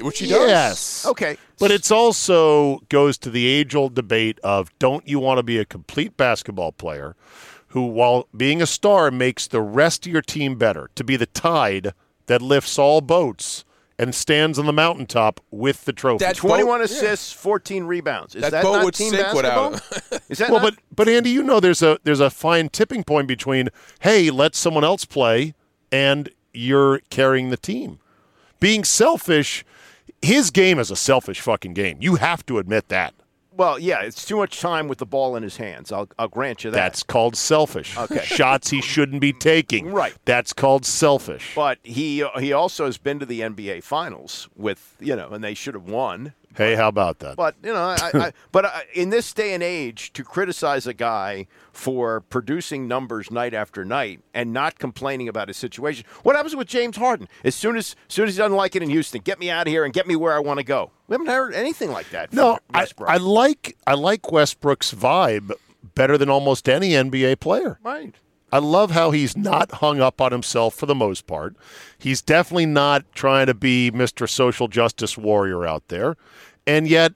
[SPEAKER 5] Which
[SPEAKER 7] he does.
[SPEAKER 1] Yes.
[SPEAKER 7] Okay.
[SPEAKER 1] But it's also goes to the age old debate of don't you want to be a complete basketball player who, while being a star, makes the rest of your team better, to be the tide that lifts all boats and stands on the mountaintop with the trophy.
[SPEAKER 5] That
[SPEAKER 7] 21
[SPEAKER 5] boat-
[SPEAKER 7] assists, 14 rebounds. Is
[SPEAKER 5] That
[SPEAKER 7] that,
[SPEAKER 5] boat
[SPEAKER 7] not
[SPEAKER 5] would
[SPEAKER 7] team
[SPEAKER 5] sink
[SPEAKER 7] basketball?
[SPEAKER 5] without
[SPEAKER 7] Is that
[SPEAKER 1] well,
[SPEAKER 7] not-
[SPEAKER 1] but but Andy, you know there's a there's a fine tipping point between hey, let someone else play and you're carrying the team. Being selfish, his game is a selfish fucking game. You have to admit that.
[SPEAKER 7] well, yeah, it's too much time with the ball in his hands. I'll, I'll grant you that.
[SPEAKER 1] That's called selfish.
[SPEAKER 7] Okay.
[SPEAKER 1] Shots he shouldn't be taking.
[SPEAKER 7] Right.
[SPEAKER 1] That's called selfish.
[SPEAKER 7] but he uh, he also has been to the NBA Finals with you know, and they should have won.
[SPEAKER 1] Hey, how about that?
[SPEAKER 7] But you know, I, I, but I, in this day and age, to criticize a guy for producing numbers night after night and not complaining about his situation, what happens with James Harden? As soon as, as soon as he doesn't like it in Houston, get me out of here and get me where I want to go. We haven't heard anything like that. from
[SPEAKER 1] no, I,
[SPEAKER 7] Westbrook.
[SPEAKER 1] I like I like Westbrook's vibe better than almost any NBA player.
[SPEAKER 7] right.
[SPEAKER 1] I love how he's not hung up on himself for the most part. He's definitely not trying to be Mr. Social Justice Warrior out there. And yet,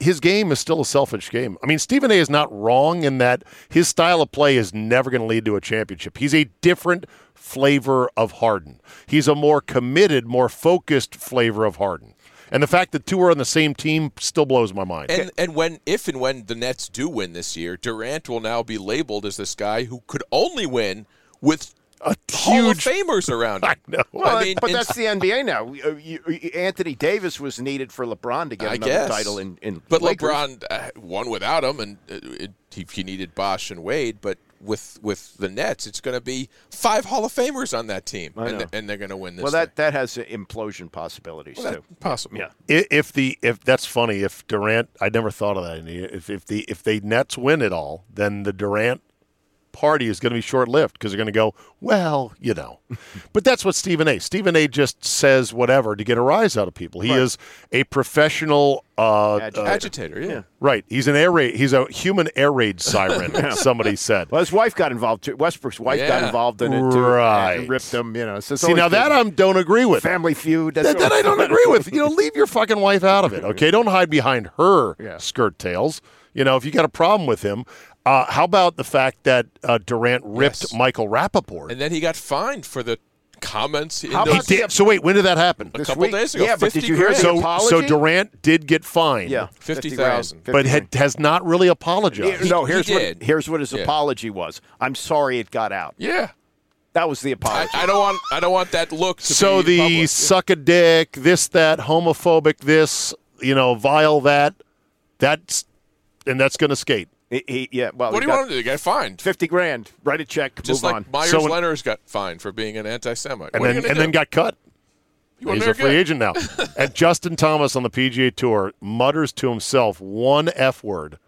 [SPEAKER 1] his game is still a selfish game. I mean, Stephen A is not wrong in that his style of play is never going to lead to a championship. He's a different flavor of Harden. He's a more committed, more focused flavor of Harden. And the fact that two are on the same team still blows my mind.
[SPEAKER 5] And and when if and when the Nets do win this year, Durant will now be labeled as this guy who could only win with
[SPEAKER 1] a
[SPEAKER 5] Hall of Famers around him.
[SPEAKER 1] know.
[SPEAKER 7] Well,
[SPEAKER 5] I mean,
[SPEAKER 7] but
[SPEAKER 5] and-
[SPEAKER 7] that's the NBA now. uh, You- you- Anthony Davis was needed for LeBron to get
[SPEAKER 5] I
[SPEAKER 7] another
[SPEAKER 5] guess.
[SPEAKER 7] title in in
[SPEAKER 5] but
[SPEAKER 7] Lakers.
[SPEAKER 5] LeBron uh, won without him, and uh, it, he, he needed Bosch and Wade. But with with the Nets, it's going to be five Hall of Famers on that team,
[SPEAKER 7] I
[SPEAKER 5] and,
[SPEAKER 7] know.
[SPEAKER 5] and they're going to win this.
[SPEAKER 7] Well, that, that has implosion possibilities
[SPEAKER 5] Well,
[SPEAKER 7] too.
[SPEAKER 5] that- possible.
[SPEAKER 7] Yeah.
[SPEAKER 1] I- If the if that's funny, if Durant, I never thought of that. Andy. If if the if the Nets win it all, then the Durant party is going to be short lived because they're going to go well, you know. but that's what Stephen A. Stephen A. just says whatever to get a rise out of people. He is a professional uh,
[SPEAKER 5] Agitator.
[SPEAKER 1] uh,
[SPEAKER 5] Agitator, yeah.
[SPEAKER 1] Right. He's an air raid. He's a human air raid siren. somebody said.
[SPEAKER 7] Well, his wife got involved too. Westbrook's wife got
[SPEAKER 1] Yeah.
[SPEAKER 7] involved in it too.
[SPEAKER 1] Right.
[SPEAKER 7] And ripped him, you know. So it's
[SPEAKER 1] See
[SPEAKER 7] always
[SPEAKER 1] now that
[SPEAKER 7] been-
[SPEAKER 1] I don't agree with.
[SPEAKER 7] Family Feud.
[SPEAKER 1] That, that I don't agree with. You know, leave your fucking wife out of it. Okay, don't hide behind her skirt tails. You know, if you got a problem with him, uh, how about the fact that uh, Durant ripped Michael Rappaport?
[SPEAKER 5] and then he got fined for the comments. In
[SPEAKER 1] He
[SPEAKER 5] those-
[SPEAKER 1] did. So wait, when did that happen?
[SPEAKER 5] A This couple week. days ago,
[SPEAKER 1] Yeah, but
[SPEAKER 5] 50
[SPEAKER 1] did you hear
[SPEAKER 5] grand.
[SPEAKER 1] so,
[SPEAKER 5] the
[SPEAKER 1] So
[SPEAKER 5] apology?
[SPEAKER 1] Durant did get fined.
[SPEAKER 7] Yeah,
[SPEAKER 5] 50,000.
[SPEAKER 1] But had, has not really apologized.
[SPEAKER 7] Here- no, here's what here's what his
[SPEAKER 1] Yeah.
[SPEAKER 7] apology was. I'm sorry it got out.
[SPEAKER 5] Yeah.
[SPEAKER 7] That was the apology.
[SPEAKER 5] I don't want I don't want that look. To
[SPEAKER 1] So
[SPEAKER 5] be
[SPEAKER 1] the
[SPEAKER 5] public. Yeah.
[SPEAKER 1] suck a dick, this that, homophobic this, you know, vile that, that's and that's going to skate.
[SPEAKER 7] yeah, well,
[SPEAKER 5] What do you want him to do? He got fined.
[SPEAKER 7] 50 grand. Write a check.
[SPEAKER 5] Just
[SPEAKER 7] move
[SPEAKER 5] like
[SPEAKER 7] on.
[SPEAKER 5] Myers
[SPEAKER 7] So-
[SPEAKER 5] Leonard's got fined for being an anti-Semite.
[SPEAKER 1] and
[SPEAKER 5] what
[SPEAKER 1] then
[SPEAKER 5] are you
[SPEAKER 1] and
[SPEAKER 5] gonna do?
[SPEAKER 1] then got cut.
[SPEAKER 5] You were
[SPEAKER 1] He's
[SPEAKER 5] very
[SPEAKER 1] a free
[SPEAKER 5] good.
[SPEAKER 1] agent now. and Justin Thomas on the PGA Tour mutters to himself one F word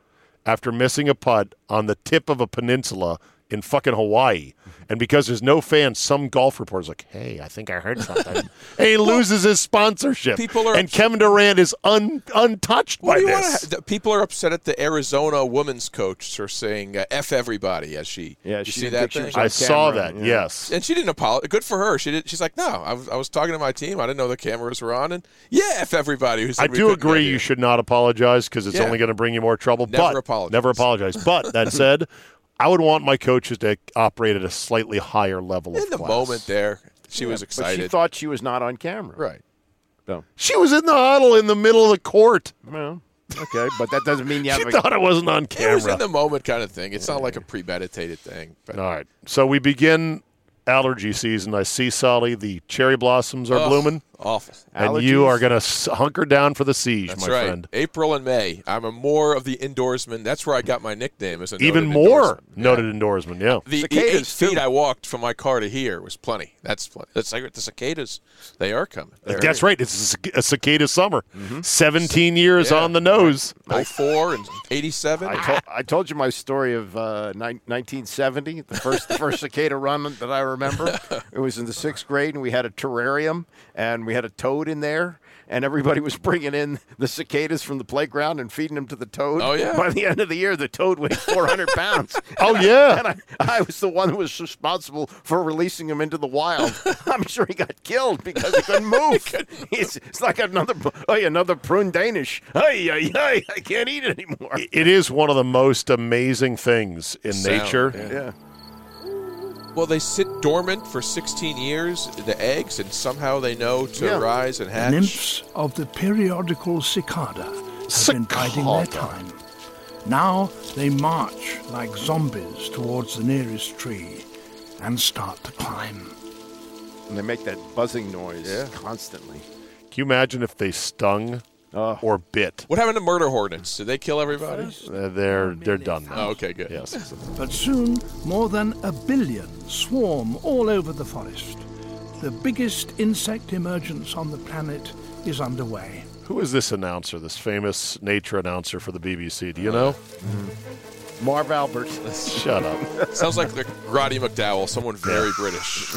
[SPEAKER 1] after missing a putt on the tip of a peninsula in fucking Hawaii. And because there's no fans, some golf reporter's like, hey, I think I heard something. and he loses his sponsorship.
[SPEAKER 5] people are-
[SPEAKER 1] and Kevin Durant is un, untouched
[SPEAKER 5] What do
[SPEAKER 1] by
[SPEAKER 5] you
[SPEAKER 1] this.
[SPEAKER 5] want? To, people are upset at the Arizona women's coach for saying uh, "f everybody" as she. Yeah, you
[SPEAKER 7] she
[SPEAKER 5] see
[SPEAKER 7] didn't
[SPEAKER 5] that
[SPEAKER 7] think she
[SPEAKER 5] thing.
[SPEAKER 7] was on I saw camera, that, yeah.
[SPEAKER 1] yes.
[SPEAKER 5] and she didn't apologize. Good for her. She did. She's like, no, I was, I was talking to my team. I didn't know the cameras were on, and yeah, f everybody. Who said
[SPEAKER 1] I
[SPEAKER 5] we
[SPEAKER 1] do
[SPEAKER 5] couldn't
[SPEAKER 1] agree
[SPEAKER 5] get
[SPEAKER 1] you
[SPEAKER 5] here.
[SPEAKER 1] should not apologize because it's
[SPEAKER 5] Yeah.
[SPEAKER 1] only going to bring you more trouble.
[SPEAKER 5] Never
[SPEAKER 1] but
[SPEAKER 5] apologize.
[SPEAKER 1] never apologize. But that said, I would want my coaches to operate at a slightly higher level of
[SPEAKER 5] In the
[SPEAKER 1] class.
[SPEAKER 5] moment there, she
[SPEAKER 7] Yeah,
[SPEAKER 5] was
[SPEAKER 7] but
[SPEAKER 5] excited.
[SPEAKER 7] she thought she was not on camera.
[SPEAKER 5] Right.
[SPEAKER 7] No.
[SPEAKER 1] She was in the huddle in the middle of the court.
[SPEAKER 7] Well, okay, but that doesn't mean you have
[SPEAKER 1] She
[SPEAKER 7] a-
[SPEAKER 1] thought it wasn't on
[SPEAKER 5] It was in
[SPEAKER 1] camera.
[SPEAKER 5] the moment kind of thing. It's not like a premeditated thing. But
[SPEAKER 1] All right. So we begin allergy season. I see, Solly, the cherry blossoms are
[SPEAKER 5] Ugh,
[SPEAKER 1] blooming.
[SPEAKER 5] Awful.
[SPEAKER 1] And you are going to hunker down for the siege,
[SPEAKER 5] That's
[SPEAKER 1] my
[SPEAKER 5] right.
[SPEAKER 1] friend.
[SPEAKER 5] April and May. I'm a more of the indoorsman. That's where I got my nickname. As a noted
[SPEAKER 1] Even more noted endorsement. Yeah.
[SPEAKER 5] The, the eight feet I walked from my car to here was plenty. That's plenty. That's like the cicadas. They are coming. They're
[SPEAKER 1] That's right. It's a cic- a cicada summer.
[SPEAKER 5] Mm-hmm.
[SPEAKER 1] 17 years on the nose.
[SPEAKER 5] Oh four and eighty seven.
[SPEAKER 7] I, told I told you my story of uh, nine- 1970, the first the first cicada run that I remember. It was in the sixth grade, and we had a terrarium, and we had a toad in there, and everybody was bringing in the cicadas from the playground and feeding them to the toad.
[SPEAKER 5] Oh, yeah.
[SPEAKER 7] By the end of the year, the toad weighed 400 pounds.
[SPEAKER 1] Oh, yeah.
[SPEAKER 7] And I, I was the one who was responsible for releasing him into the wild. I'm sure he got killed because he couldn't move. it's, it's like another hey, another prune Danish. Hey, hey, hey, I can't eat it anymore.
[SPEAKER 1] It is one of the most amazing things in
[SPEAKER 5] Sound,
[SPEAKER 1] nature.
[SPEAKER 7] Yeah.
[SPEAKER 5] Well, they sit dormant for sixteen years, the eggs, and somehow they know to
[SPEAKER 18] Yeah.
[SPEAKER 5] rise and
[SPEAKER 18] The
[SPEAKER 5] hatch.
[SPEAKER 18] nymphs of the periodical cicada have been biding their time. Now they march like zombies towards the nearest tree and start to climb.
[SPEAKER 7] And they make that buzzing noise constantly.
[SPEAKER 1] Can you imagine if they stung
[SPEAKER 7] Oh.
[SPEAKER 1] or bit?
[SPEAKER 5] What happened to murder hornets? Did they kill everybody?
[SPEAKER 1] Uh, they're they're done
[SPEAKER 5] Oh,
[SPEAKER 1] now.
[SPEAKER 5] okay, good.
[SPEAKER 1] Yes.
[SPEAKER 18] But soon, more than a billion swarm all over the forest. The biggest insect emergence on the planet is underway.
[SPEAKER 1] Who is this announcer? This famous nature announcer for the BBC? Do you know?
[SPEAKER 7] Mm-hmm. Marv Albert.
[SPEAKER 1] Shut up.
[SPEAKER 5] Sounds like the Roddy McDowell, someone very British.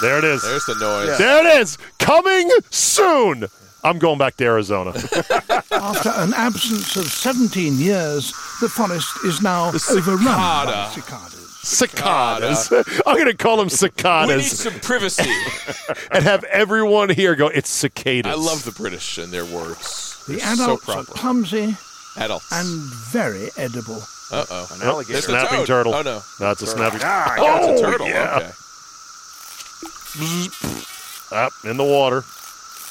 [SPEAKER 1] There it is.
[SPEAKER 5] There's the noise.
[SPEAKER 1] There it is. Coming soon. I'm going back to Arizona.
[SPEAKER 18] After an absence of 17 years, the forest is now overrun by
[SPEAKER 1] Cicadas. I'm going to call them cicadas.
[SPEAKER 5] We need some privacy.
[SPEAKER 1] and have everyone here go, it's cicadas.
[SPEAKER 5] I love the British and their words.
[SPEAKER 18] The
[SPEAKER 5] They're so
[SPEAKER 18] adults are
[SPEAKER 5] proper.
[SPEAKER 18] clumsy
[SPEAKER 5] Adults.
[SPEAKER 18] and very edible.
[SPEAKER 5] Uh oh.
[SPEAKER 1] An alligator. snapping turtle.
[SPEAKER 5] Oh no.
[SPEAKER 1] No, it's a snapping-
[SPEAKER 5] Ah, I thought it's a
[SPEAKER 1] Oh,
[SPEAKER 5] turtle.
[SPEAKER 1] yeah.
[SPEAKER 5] Okay.
[SPEAKER 1] Up Ah, in the water.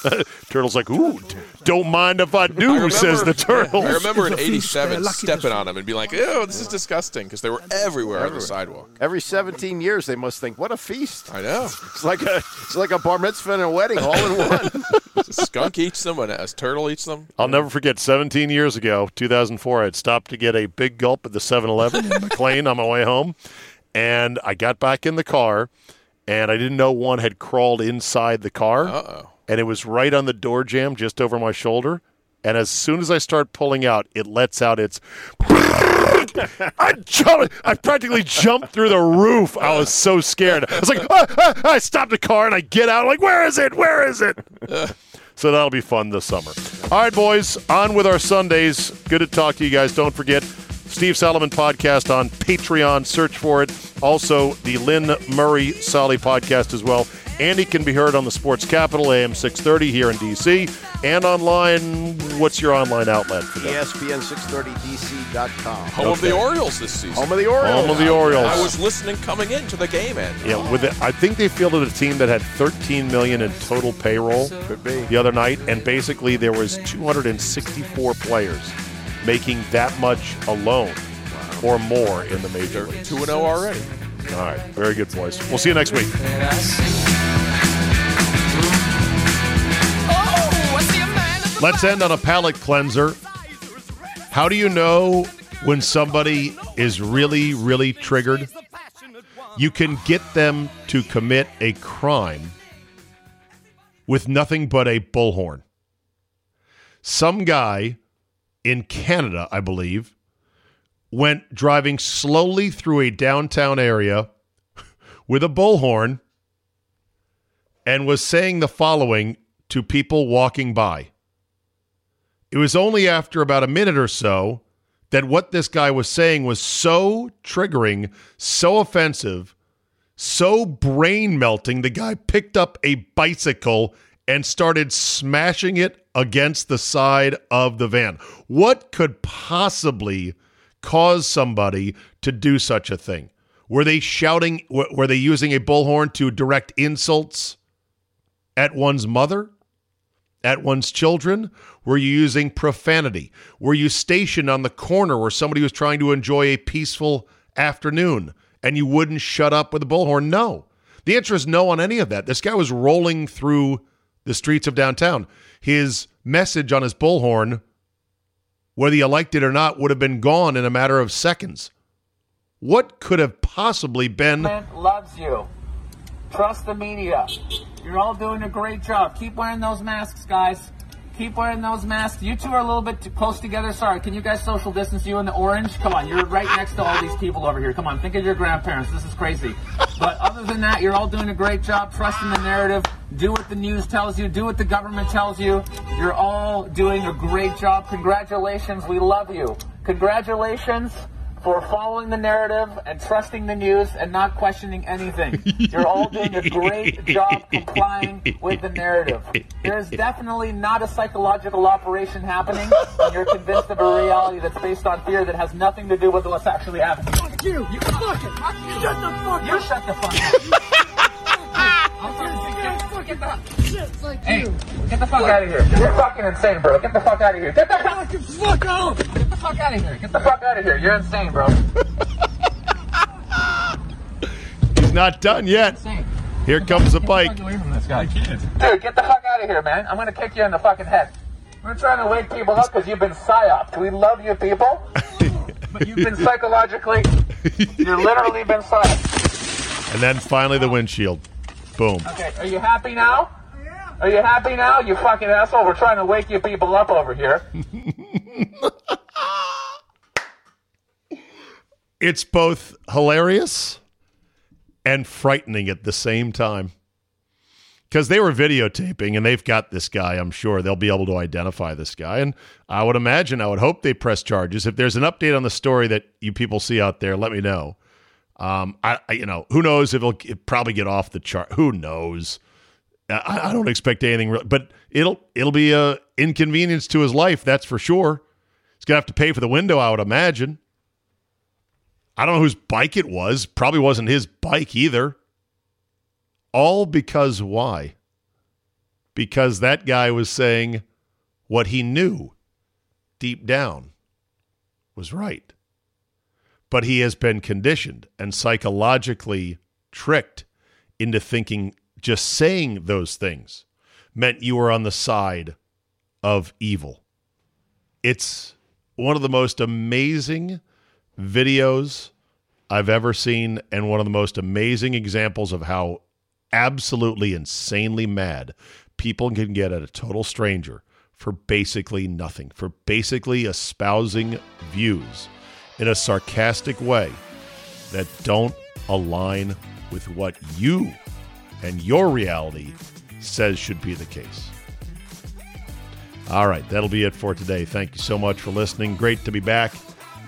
[SPEAKER 1] Turtle's like, ooh, d- don't mind if I do, says the turtle.
[SPEAKER 5] I remember in '87 stepping on them and being like, "Ew, this is disgusting," because they were everywhere, on
[SPEAKER 7] Everywhere.
[SPEAKER 5] the sidewalk.
[SPEAKER 7] Every 17 years, they must think, "What a feast!"
[SPEAKER 5] I know.
[SPEAKER 7] It's like a it's like a bar mitzvah and a wedding all in one.
[SPEAKER 5] skunk eats them and a turtle eats them.
[SPEAKER 1] I'll never forget 17 years ago, 2004, I'd stopped to get a big gulp at the 7 Eleven in McLean on my way home. And I got back in the car and I didn't know one had crawled inside the car.
[SPEAKER 5] Uh-oh.
[SPEAKER 1] And it was right on the door jamb just over my shoulder. And as soon as I start pulling out, it lets out its. I, jumped, I practically jumped through the roof. I was so scared. I was like, ah, ah, ah. I stopped the car and I get out. like, where is it? Where is it? so that'll be fun this summer. All right, boys, on with our Sundays. Good to talk to you guys. Don't forget, Steve Solomon podcast on Patreon. Search for it. Also, the Lynn Murray Solly podcast as well. Andy can be heard on the Sports Capital AM 630 here in DC and online. What's your online outlet for that?
[SPEAKER 7] E ESPN630DC.com.
[SPEAKER 5] Home of the Orioles this season.
[SPEAKER 7] Home of the Orioles.
[SPEAKER 1] Home of the Orioles.
[SPEAKER 5] I was listening coming into the game, and
[SPEAKER 1] Yeah, with it, I think they fielded a team that had 13 million in total payroll
[SPEAKER 7] Could be.
[SPEAKER 1] the other night, and basically there was 264 players making that much alone or more in the major leagues.
[SPEAKER 5] two and zero already.
[SPEAKER 1] All right, very good, boys. We'll see you next week. Let's end on a palate cleanser. How do you know when somebody is really, really triggered? You can get them to commit a crime with nothing but a bullhorn. Some guy in Canada, I believe, went driving slowly through a downtown area with a bullhorn and was saying the following to people walking by. It was only after about a minute or so that what this guy was saying was so triggering, so offensive, so brain melting, the guy picked up a bicycle and started smashing it against the side of the van. What could possibly cause somebody to do such a thing? Were they shouting? Were were they using a bullhorn to direct insults at one's mother? at one's children? Were you using profanity? Were you stationed on the corner where somebody was trying to enjoy a peaceful afternoon and you wouldn't shut up with a bullhorn? No. The answer is no on any of that. This guy was rolling through the streets of downtown. His message on his bullhorn, whether you liked it or not, would have been gone in a matter of seconds. What could have possibly been
[SPEAKER 19] loves you. Trust the media. You're all doing a great job. Keep wearing those masks, guys. Keep wearing those masks. You two are a little bit too close together. Sorry, can you guys social distance? You and the orange? Come on, you're right next to all these people over here. Come on, think of your grandparents. This is crazy. But other than that, you're all doing a great job. Trust in the narrative. Do what the news tells you. Do what the government tells you. You're all doing a great job. Congratulations. We love you. Congratulations for following the narrative and trusting the news and not questioning anything. You're all doing a great job complying with the narrative. There is definitely not a psychological operation happening, and you're convinced of a reality that's based on fear that has nothing to do with what's actually happening. Fuck you! You fuck it! Shut the fuck You shut the fuck up! Hey, get the fuck out of here. You're fucking insane, bro. Get the fuck out of here. Get the fuck, fuck out! Get the fuck out of here. Get the fuck out of here. You're insane, bro.
[SPEAKER 1] He's not done yet. Here comes the bike.
[SPEAKER 19] Dude, get the fuck out of here, man. I'm gonna kick you in the fucking head. We're trying to wake people up because you've been psyoped. We love you people. But you've been psychologically, you've literally been psyoped.
[SPEAKER 1] And then finally the windshield. Boom.
[SPEAKER 19] Okay, are you happy now? Are you happy now, you fucking asshole? We're trying to wake you people up over here.
[SPEAKER 1] It's both hilarious and frightening at the same time. Because they were videotaping and they've got this guy, I'm sure. They'll be able to identify this guy. And I would imagine, I would hope they press charges. If there's an update on the story that you people see out there, let me know. Um, I, I you know, who knows if it'll, it probably get off the chart. Who knows? I, I don't expect anything real, but it'll it'll be a inconvenience to his life, that's for sure. He's gonna have to pay for the window, I would imagine. I don't know whose bike it was. Probably wasn't his bike either. All because why? Because that guy was saying what he knew deep down was right. But he has been conditioned and psychologically tricked into thinking just saying those things meant you were on the side of evil. It's one of the most amazing videos I've ever seen, and one of the most amazing examples of how absolutely insanely mad people can get at a total stranger for basically nothing, for basically espousing views in a sarcastic way that don't align with what you and your reality says should be the case. All right, that'll be it for today. Thank you so much for listening. Great to be back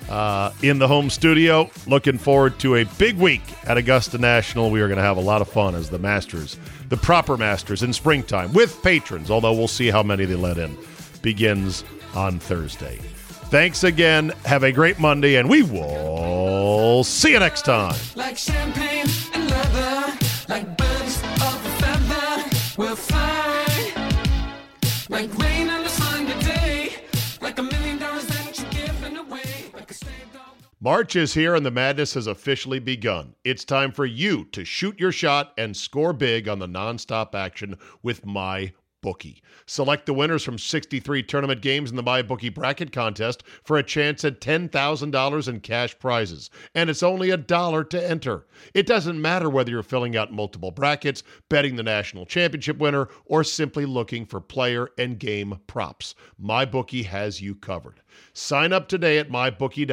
[SPEAKER 1] uh, in the home studio. Looking forward to a big week at Augusta National. We are going to have a lot of fun as the Masters, the proper Masters in springtime with patrons, although we'll see how many they let in, begins on Thursday. Thanks again. Have a great Monday, and we will see you next time.
[SPEAKER 11] Like champagne and leather, like birds of a feather, we'll fly. Like rain on a Sunday day, like a million dollars that you're giving away, like a stray dog.
[SPEAKER 1] March is here and the madness has officially begun. It's time for you to shoot your shot and score big on the nonstop action with my bookie. Select the winners from 63 tournament games in the my bookie bracket contest for a chance at $10,000 in cash prizes, and it's only a dollar to enter. It doesn't matter whether you're filling out multiple brackets, betting the national championship winner, or simply looking for player and game props. My bookie has you covered. Sign up today at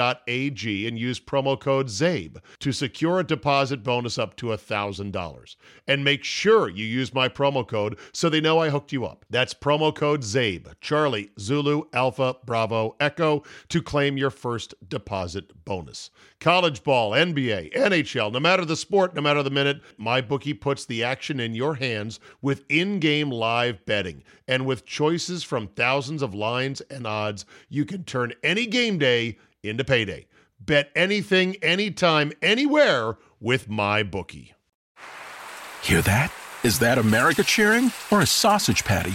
[SPEAKER 1] mybookie.ag and use promo code ZABE to secure a deposit bonus up to $1,000. And make sure you use my promo code so they know I hooked you up. That's promo code ZABE, Charlie, Zulu, Alpha, Bravo, Echo to claim your first deposit bonus. College ball, NBA, NHL, no matter the sport, no matter the minute, MyBookie puts the action in your hands with in game live betting. And with choices from thousands of lines and odds, you can turn any game day into payday. Bet anything, anytime, anywhere with MyBookie.
[SPEAKER 13] Hear that? Is that America cheering or a sausage patty